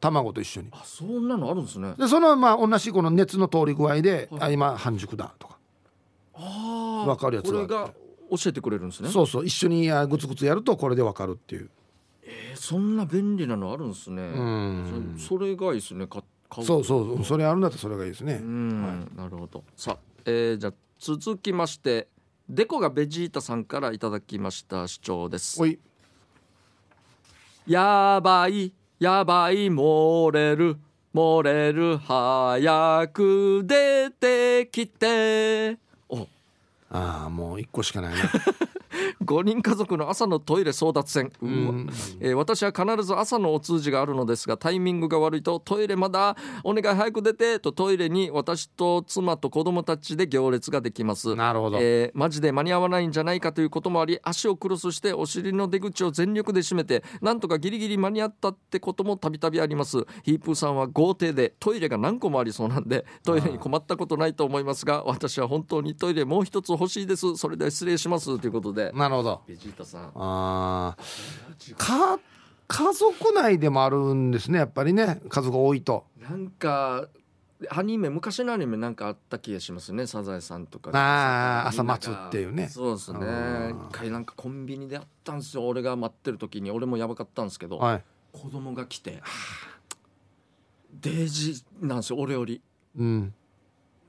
[SPEAKER 2] 卵と一緒に
[SPEAKER 1] あそんなのあるんですね
[SPEAKER 2] でそのまあ同じこの熱の通り具合で、
[SPEAKER 1] はい
[SPEAKER 2] あ今半熟だとか
[SPEAKER 1] ああ
[SPEAKER 2] わかるやつ
[SPEAKER 1] こ
[SPEAKER 2] があ
[SPEAKER 1] れ
[SPEAKER 2] って
[SPEAKER 1] が教えてくれるんですね
[SPEAKER 2] そうそう一緒にあグツグツやるとこれでわかるっていう
[SPEAKER 1] えーそんな便利なのあるんですね
[SPEAKER 2] うん
[SPEAKER 1] そそれがいいですねか買
[SPEAKER 2] そう
[SPEAKER 1] う
[SPEAKER 2] そうそれあるんだったらそれがいいですね、
[SPEAKER 1] うん、なるほどさあ、えーじゃあ続きましてデコがベジータさんからいただきました主張です
[SPEAKER 2] おい
[SPEAKER 1] やばいやばい漏れる漏れる早く出てきてお
[SPEAKER 2] ああもう一個し
[SPEAKER 1] [LAUGHS]
[SPEAKER 2] かないね
[SPEAKER 1] 5人家族の朝のトイレ争奪戦う
[SPEAKER 2] う
[SPEAKER 1] わ
[SPEAKER 2] ん
[SPEAKER 1] えー私は必ず朝のお通じがあるのですがタイミングが悪いとトイレまだお願い早く出てとトイレに私と妻と子供たちで行列ができます
[SPEAKER 2] なるほど、
[SPEAKER 1] えーマジで間に合わないんじゃないかということもあり足をクロスしてお尻の出口を全力で締めてなんとかギリギリ間に合ったってこともたびたびありますヒープーさんは豪邸でトイレが何個もありそうなんでトイレに困ったことないと思いますが私は本当にトイレもう一つ欲しいですそれでは失礼しますということで
[SPEAKER 2] なるほど
[SPEAKER 1] ベジータさん
[SPEAKER 2] あーか家族内でもあるんですねやっぱりね家族多いと
[SPEAKER 1] なんかアニメ昔のアニメなんかあった気がしますね「サザエさん」とか
[SPEAKER 2] あー
[SPEAKER 1] みんなが
[SPEAKER 2] 朝待つっていうね
[SPEAKER 1] そうですね
[SPEAKER 2] うん
[SPEAKER 1] 一回なんかコンビニであったんですよ俺が待ってる時に俺もやばかったんですけど
[SPEAKER 2] はい
[SPEAKER 1] 子供が来てデージなんですよ俺より
[SPEAKER 2] うん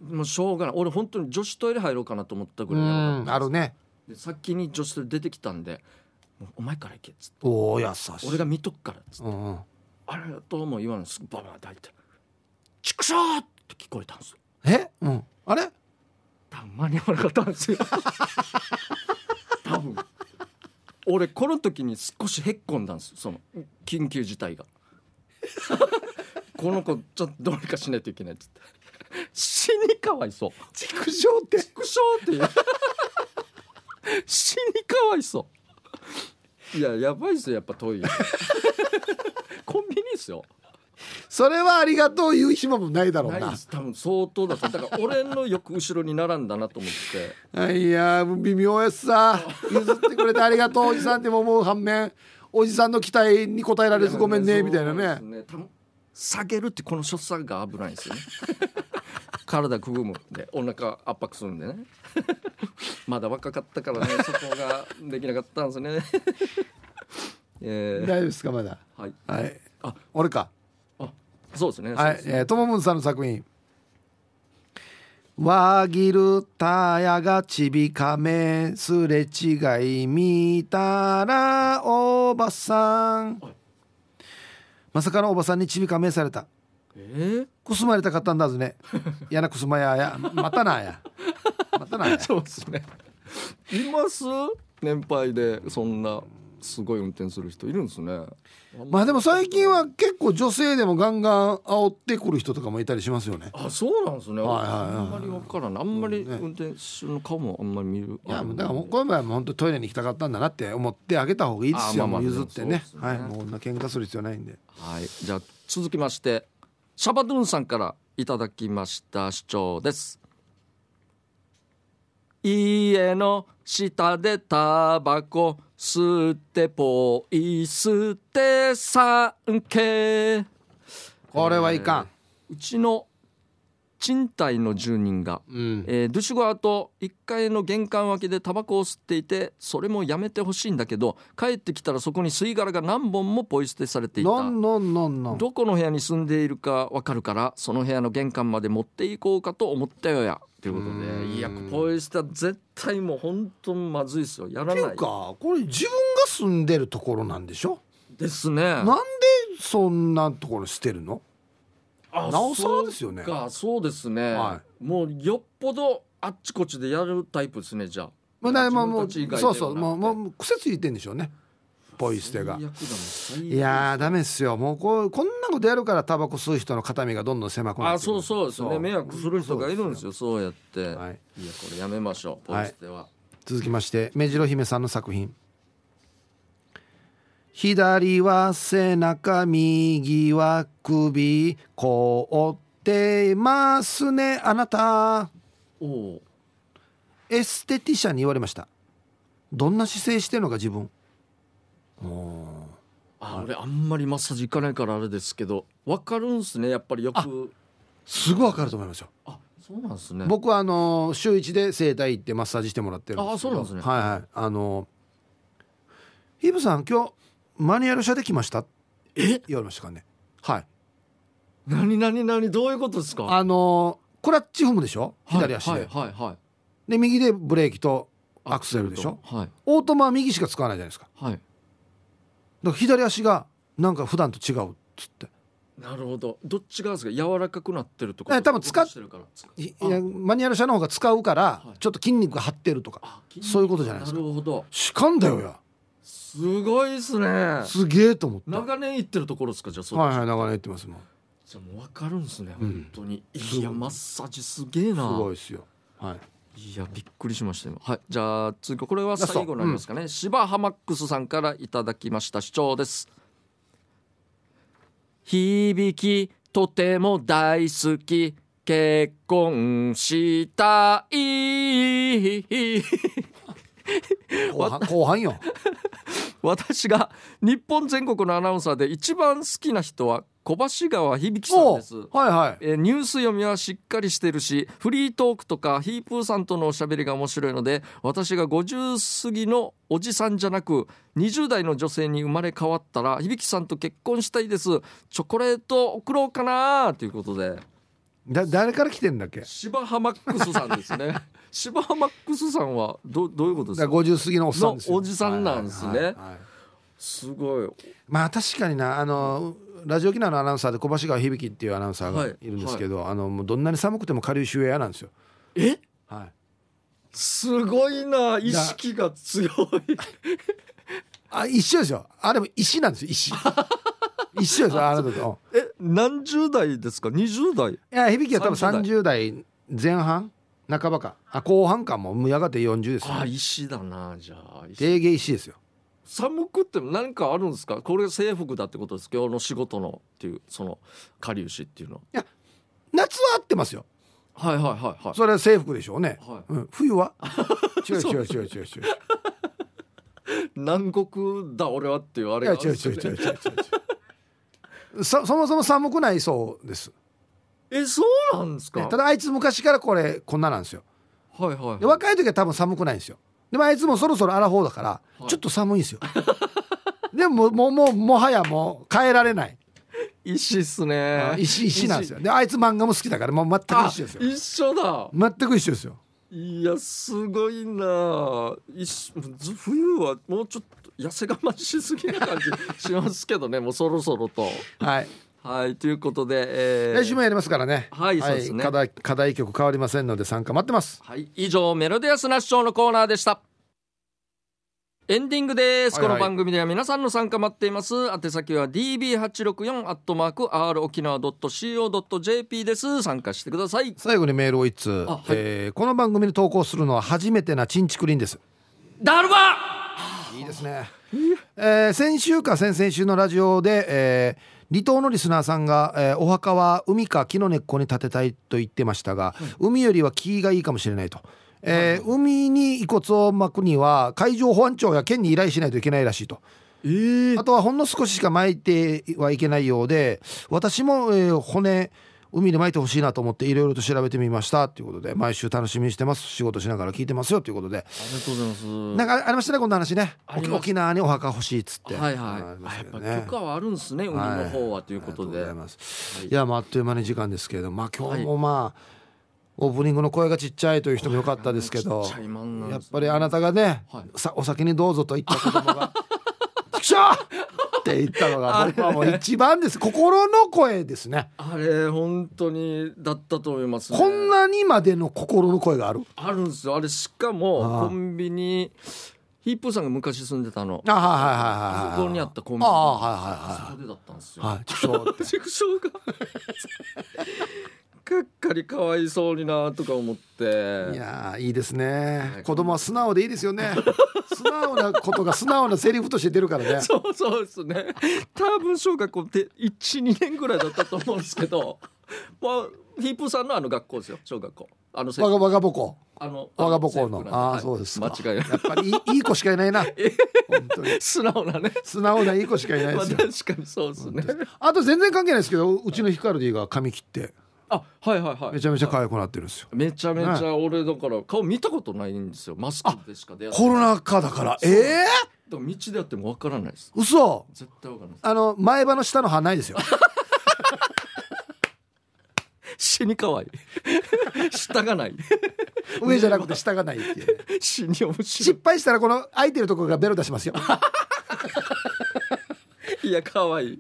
[SPEAKER 1] もうしょうがない俺本当に女子トイレ入ろうかなと思ったぐ
[SPEAKER 2] う
[SPEAKER 1] らいやばかっ
[SPEAKER 2] ん
[SPEAKER 1] た
[SPEAKER 2] あるね
[SPEAKER 1] で先に女子トイレ出てきたんで「もうお前から行け」っつって
[SPEAKER 2] おお優し
[SPEAKER 1] 「
[SPEAKER 2] い
[SPEAKER 1] 俺が見とくから」っつって
[SPEAKER 2] うんうん
[SPEAKER 1] 「ありがとう」も言わないですぐババンって入って「ちくしょう!」って聞こえたんですよ
[SPEAKER 2] え、うん、あれ
[SPEAKER 1] たまに合わなかったんですよ多分俺この時に少しへっこんだんですよその緊急事態がこの子ちょっとどうにかしないといけないっつって死にかわいそう
[SPEAKER 2] 畜生って
[SPEAKER 1] 畜生って言う死にかわいそういややばいっすよやっぱトイレコンビニっすよ
[SPEAKER 2] それはありがとう言う暇もないだろう
[SPEAKER 1] ない
[SPEAKER 2] な
[SPEAKER 1] っす多分相当だとだから俺のよく後ろに並んだなと思って
[SPEAKER 2] いやー微妙やしさ譲ってくれてあ [LAUGHS] りがとうおじさんっても思う反面おじさんの期待に応えられずごめんねみたいな
[SPEAKER 1] そ
[SPEAKER 2] ね
[SPEAKER 1] うですね。多分下げるってこの所作が危ないんですよね。 [LAUGHS] 体くぐむんでお腹圧迫するんでね。 [LAUGHS] まだ若かったから [LAUGHS] ねそこができなかったんですね。 [LAUGHS] え
[SPEAKER 2] 大
[SPEAKER 1] ー
[SPEAKER 2] 丈夫ですかまだ
[SPEAKER 1] はい。
[SPEAKER 2] はい
[SPEAKER 1] あ
[SPEAKER 2] 俺か
[SPEAKER 1] あそうですね。
[SPEAKER 2] はい、えー、ともむんさんの作品「わぎるたやがちびかめすれ違い見たらおばさん
[SPEAKER 1] はい」
[SPEAKER 2] まさかのおばさんにちびかめされた
[SPEAKER 1] えー
[SPEAKER 2] くすまれたかったん
[SPEAKER 1] [LAUGHS]
[SPEAKER 2] だずねやなくすまややまたなやまたな
[SPEAKER 1] [LAUGHS]
[SPEAKER 2] や
[SPEAKER 1] そうですね。います年配でそんなすごい運転する人いるんですね。
[SPEAKER 2] まあでも最近は結構女性でもガンガン煽ってくる人とかもいたりしますよね
[SPEAKER 1] あそうなんですね。
[SPEAKER 2] はいはいはい
[SPEAKER 1] あんまりわからない。あんまり運転手の顔もあんまり見る。
[SPEAKER 2] いやもうだからもうこの前はもう本当トイレに行きたかったんだなって思ってあげた方がいいです
[SPEAKER 1] あ
[SPEAKER 2] よ
[SPEAKER 1] ま
[SPEAKER 2] も
[SPEAKER 1] あまあ
[SPEAKER 2] う譲ってね
[SPEAKER 1] そうです
[SPEAKER 2] はい
[SPEAKER 1] ね
[SPEAKER 2] もうこんな喧嘩する必要ないんで
[SPEAKER 1] はい、じゃあ続きましてシャバドゥンさんからいただきました主張です家の下でタバコ吸ってポイ捨てさんけ
[SPEAKER 2] これはいか
[SPEAKER 1] うちの賃貸の住人が
[SPEAKER 2] んうん
[SPEAKER 1] えードゥシュゴアと1階の玄関脇でタバコを吸っていてそれもやめてほしいんだけど帰ってきたらそこに吸い殻が何本もポイ捨てされていた
[SPEAKER 2] のんのんのんのん
[SPEAKER 1] どこの部屋に住んでいるかわかるからその部屋の玄関まで持っていこうかと思ったよやということ
[SPEAKER 2] う
[SPEAKER 1] で
[SPEAKER 2] ん
[SPEAKER 1] いやポイ捨ては絶対もう本当にまずいですよやら
[SPEAKER 2] ってい
[SPEAKER 1] な
[SPEAKER 2] う
[SPEAKER 1] い
[SPEAKER 2] かこれ自分が住んでるところなんでしょ
[SPEAKER 1] ですね
[SPEAKER 2] なんでそんなところ捨てるの
[SPEAKER 1] あ
[SPEAKER 2] なおさらですよね
[SPEAKER 1] そうかそうですね、
[SPEAKER 2] は
[SPEAKER 1] もうよっぽどあっちこっちでやるタイプですねじゃあ
[SPEAKER 2] もうだもうもう
[SPEAKER 1] 自分たち以外では
[SPEAKER 2] そうそうもう
[SPEAKER 1] なくて
[SPEAKER 2] もう癖ついてんでしょうねポイ捨てが
[SPEAKER 1] 最悪だもん最悪
[SPEAKER 2] いやーダメっすよもうこうこんなことやるからタバコ吸う人の肩身がどんどん狭くなってくる
[SPEAKER 1] あそうそうですね迷惑する人がいるんですよそうやって、、
[SPEAKER 2] はいい、
[SPEAKER 1] やこれやめましょうポイ捨ては、
[SPEAKER 2] 続きまして目白姫さんの作品左は背中右は首凍ってますねあなた
[SPEAKER 1] おお
[SPEAKER 2] エステティシャンに言われましたどんな姿勢してるのか自分お
[SPEAKER 1] あ俺あんまりマッサージ行かないからあれですけどわかるんすねやっぱりよく
[SPEAKER 2] すぐわかると思いますよ
[SPEAKER 1] あそうなんですね
[SPEAKER 2] 僕はあの週1で整体行ってマッサージしてもらってるんです
[SPEAKER 1] あそ
[SPEAKER 2] けど
[SPEAKER 1] うなんですね
[SPEAKER 2] はいはいあの「ヒブさん今日マニュアル車で来ました?」
[SPEAKER 1] え
[SPEAKER 2] 言われましたからねはい
[SPEAKER 1] 何何何どういうことですか
[SPEAKER 2] あのクラッチ踏むでしょ左足で、
[SPEAKER 1] はいはいはい、はい、
[SPEAKER 2] で右でブレーキとアクセルでしょ
[SPEAKER 1] はい
[SPEAKER 2] オートマは右しか使わないじゃないですかだ
[SPEAKER 1] はい
[SPEAKER 2] から左足がなんか普段と違うっつって
[SPEAKER 1] なるほどどっちがですか柔らかくなってるとか
[SPEAKER 2] え多分使っ
[SPEAKER 1] してるから使
[SPEAKER 2] いい
[SPEAKER 1] あ
[SPEAKER 2] やマニュアル車の方が使うから
[SPEAKER 1] はい
[SPEAKER 2] ちょっと筋肉が張ってるとか
[SPEAKER 1] あ筋肉
[SPEAKER 2] そういうことじゃないですか
[SPEAKER 1] なるほど
[SPEAKER 2] しかんだよや
[SPEAKER 1] すごいですね
[SPEAKER 2] すげえと思ったはい
[SPEAKER 1] 長年行ってるところですかじゃあそう、
[SPEAKER 2] はい長年言ってますもん
[SPEAKER 1] じゃあもう分かるんですね、
[SPEAKER 2] うん
[SPEAKER 1] 本当に
[SPEAKER 2] す
[SPEAKER 1] い
[SPEAKER 2] ご
[SPEAKER 1] や
[SPEAKER 2] い
[SPEAKER 1] マッサージすげえ
[SPEAKER 2] す
[SPEAKER 1] な
[SPEAKER 2] ごいですよはい
[SPEAKER 1] いやびっくりしました今はいじゃあ次これは
[SPEAKER 2] ラスト
[SPEAKER 1] 最後になりますかね芝ハマックスさんからいただきました主張です響きとても大好き結婚したい [LAUGHS]
[SPEAKER 2] 後半後半よ
[SPEAKER 1] 私が日本全国のアナウンサーで一番好きな人は小橋川響さんです
[SPEAKER 2] おうはいはい
[SPEAKER 1] えーニュース読みはしっかりしてるしフリートークとかヒープーさんとのおしゃべりが面白いので私が50過ぎのおじさんじゃなく20代の女性に生まれ変わったら響さんと結婚したいですチョコレート送ろうかなということで
[SPEAKER 2] だ誰から来てんだっけだか
[SPEAKER 1] 芝浜マックスさんです [LAUGHS] ね芝浜マックスさんはどどういうことです
[SPEAKER 2] ら
[SPEAKER 1] か
[SPEAKER 2] 50過ぎのおっさんですよ
[SPEAKER 1] のおじさんなんですね
[SPEAKER 2] はいはいはいはい
[SPEAKER 1] すごい
[SPEAKER 2] まあ確かになあのラジオ沖縄のアナウンサーで小橋川響っていうアナウンサーが
[SPEAKER 1] はい
[SPEAKER 2] いるんですけど、あのもうどんなに寒くても下流周エアなんですよ。
[SPEAKER 1] え
[SPEAKER 2] はい、
[SPEAKER 1] すごいな意識が [LAUGHS] 強い
[SPEAKER 2] あ一緒ですよ。あれも石なんですよ石。一緒ですよあなたと。
[SPEAKER 1] え何十代ですか20代
[SPEAKER 2] うんいや響は多分
[SPEAKER 1] 30
[SPEAKER 2] 30代前半半ばかあ後半かももうやがて40ですよ。
[SPEAKER 1] あ石だなじゃあ石
[SPEAKER 2] 定芸石ですよ。
[SPEAKER 1] 寒くって何かあるんですかこれが制服だってことです今日の仕事のっていうそのかりゆしっていうのは
[SPEAKER 2] 夏は合ってますよ。
[SPEAKER 1] はいはいはいはい
[SPEAKER 2] それは制服でしょうね。
[SPEAKER 1] は
[SPEAKER 2] うん、冬は違う違う違う違う違う
[SPEAKER 1] 南国だ俺はっていうあ
[SPEAKER 2] い
[SPEAKER 1] れ
[SPEAKER 2] や
[SPEAKER 1] が
[SPEAKER 2] 違う違う違う違う違う違うそそもそも寒くないそうです。
[SPEAKER 1] えそうなんですか
[SPEAKER 2] ねただあいつ昔からこれこんななんですよ
[SPEAKER 1] はいはい
[SPEAKER 2] で
[SPEAKER 1] はい
[SPEAKER 2] 若い時は多分寒くないんですよでもあいつもそろそろアラフォーだから
[SPEAKER 1] はい
[SPEAKER 2] ちょっと寒いんですよ、でももうもうもはやもう変えられない
[SPEAKER 1] 石っすね
[SPEAKER 2] 石石なんですよであいつ漫画も好きだからもう全く
[SPEAKER 1] あ
[SPEAKER 2] 一緒ですよ
[SPEAKER 1] 一緒だ
[SPEAKER 2] 全く一緒ですよ
[SPEAKER 1] いやすごいな石ず冬はもうちょっと痩せ我慢しすぎな感じしますけどねもうそろそろと
[SPEAKER 2] はい、
[SPEAKER 1] はいということで、えー
[SPEAKER 2] 来週もやりますからね
[SPEAKER 1] はいそうですね
[SPEAKER 2] 課題課題曲変わりませんので参加待ってます
[SPEAKER 1] はい、以上メロディアスナッショーのコーナーでした。エンディングです。
[SPEAKER 2] はいは
[SPEAKER 1] この
[SPEAKER 2] い
[SPEAKER 1] 番組では皆さんの参加待っています。宛先は db 八六四アットマーク r 沖縄ドット co ドット jp です。参加してください。
[SPEAKER 2] 最後にメールを一通、
[SPEAKER 1] あはい
[SPEAKER 2] えーこの番組に投稿するのは初めてなチンチクリンです
[SPEAKER 1] ダルバ
[SPEAKER 2] いいですね。えー先週か先々週のラジオで、えー離島のリスナーさんが、えーお墓は海か木の根っこに建てたいと言ってましたが、海よりは木がいいかもしれないと。えー海に遺骨を巻くには海上保安庁や県に依頼しないといけないらしいと
[SPEAKER 1] ええ
[SPEAKER 2] あとはほんの少ししか巻いてはいけないようで私も、えー骨海で巻いてほしいなと思っていろいろと調べてみましたということで毎週楽しみにしてます仕事しながら聞いてますよということで
[SPEAKER 1] ありがとうございます。
[SPEAKER 2] なんかありましたねこんな話ね
[SPEAKER 1] ありま
[SPEAKER 2] 沖
[SPEAKER 1] す
[SPEAKER 2] 沖縄にお墓欲しいっつって
[SPEAKER 1] はいはい。
[SPEAKER 2] ありま
[SPEAKER 1] あ
[SPEAKER 2] し
[SPEAKER 1] や
[SPEAKER 2] た
[SPEAKER 1] っ
[SPEAKER 2] けど
[SPEAKER 1] ぱ
[SPEAKER 2] ね
[SPEAKER 1] 許可はあるんですね。海
[SPEAKER 2] はい
[SPEAKER 1] の方はということ
[SPEAKER 2] あ
[SPEAKER 1] で。
[SPEAKER 2] りがとうござい
[SPEAKER 1] は
[SPEAKER 2] ます、、
[SPEAKER 1] はいい
[SPEAKER 2] やまああっという間に時間ですけれどもまあ今日もまあ、オープニングの声がちっちゃいという人もよかったですけ
[SPEAKER 1] [LAUGHS]
[SPEAKER 2] ど
[SPEAKER 1] ちっちゃいもんなん
[SPEAKER 2] や
[SPEAKER 1] で
[SPEAKER 2] っ
[SPEAKER 1] すね
[SPEAKER 2] ぱりあなたがね、
[SPEAKER 1] はい
[SPEAKER 2] さお酒にどうぞと言った子供が [LAUGHS] 畜しゃーって言ったのがこれはもう一番
[SPEAKER 1] [LAUGHS]
[SPEAKER 2] です心の声ですね
[SPEAKER 1] あれ本当にだったと思います、ね、
[SPEAKER 2] こんなにまでの心の声がある
[SPEAKER 1] あるんですよあれしか
[SPEAKER 2] ああ
[SPEAKER 1] もコンビニヒップーさんが昔住んでたの
[SPEAKER 2] あ
[SPEAKER 1] あ
[SPEAKER 2] はいはいはいはい
[SPEAKER 1] そこにあったコンビ
[SPEAKER 2] あ
[SPEAKER 1] ニ
[SPEAKER 2] あはいはい
[SPEAKER 1] そこでだったんですよ
[SPEAKER 2] はいはいちょっと
[SPEAKER 1] 畜生が [LAUGHS] がっかりかわいそうになとか思って
[SPEAKER 2] いやーいいですね
[SPEAKER 1] い
[SPEAKER 2] 子供は素直でいいですよ
[SPEAKER 1] [LAUGHS]
[SPEAKER 2] ね素直なことが素直なセリフとして出るからね
[SPEAKER 1] そうそうですね多分小学校って12年ぐらいだったと思うんですけどまあヒープーさんのあの学校ですよ小学校あの制
[SPEAKER 2] わ
[SPEAKER 1] 服
[SPEAKER 2] がわがぼこ
[SPEAKER 1] あの
[SPEAKER 2] わがぼこ
[SPEAKER 1] 制服なん
[SPEAKER 2] の
[SPEAKER 1] はい
[SPEAKER 2] ああーそうですか
[SPEAKER 1] 間違いない [LAUGHS]
[SPEAKER 2] やっぱりいいいい子しかいないな本当に
[SPEAKER 1] 素直なね
[SPEAKER 2] 素直ないい子しかいない
[SPEAKER 1] ま
[SPEAKER 2] で
[SPEAKER 1] あ
[SPEAKER 2] すよ
[SPEAKER 1] 確かにそうですね
[SPEAKER 2] あと全然関係ないですけどうちのヒカルディが髪切って
[SPEAKER 1] あはいはいはい
[SPEAKER 2] めちゃめちゃ可愛くなってるんですよ
[SPEAKER 1] めちゃめちゃ俺だから顔見たことないんですよマスクでしか出会って
[SPEAKER 2] コロナ禍だからええ
[SPEAKER 1] だから道であってもわからないです
[SPEAKER 2] ー、嘘
[SPEAKER 1] 絶対わからないで
[SPEAKER 2] あの前歯の下の歯な
[SPEAKER 1] [LAUGHS]
[SPEAKER 2] いですよ
[SPEAKER 1] す死に可愛い [LAUGHS] 下がない
[SPEAKER 2] 上じゃなくて下がないって
[SPEAKER 1] [LAUGHS]
[SPEAKER 2] いうね
[SPEAKER 1] 死に面白
[SPEAKER 2] 失敗したらこの空いてるところがベロ出しますよ
[SPEAKER 1] いいや可愛い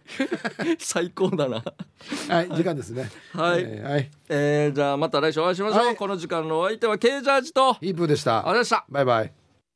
[SPEAKER 1] 最高だな
[SPEAKER 2] はい時間ですね
[SPEAKER 1] はい
[SPEAKER 2] えーはい
[SPEAKER 1] えー、じゃあまた来週お会いしましょう、
[SPEAKER 2] はい
[SPEAKER 1] この時間のお相手は K ジャージとありがとう
[SPEAKER 2] イープーでした
[SPEAKER 1] ございました
[SPEAKER 2] バイバイ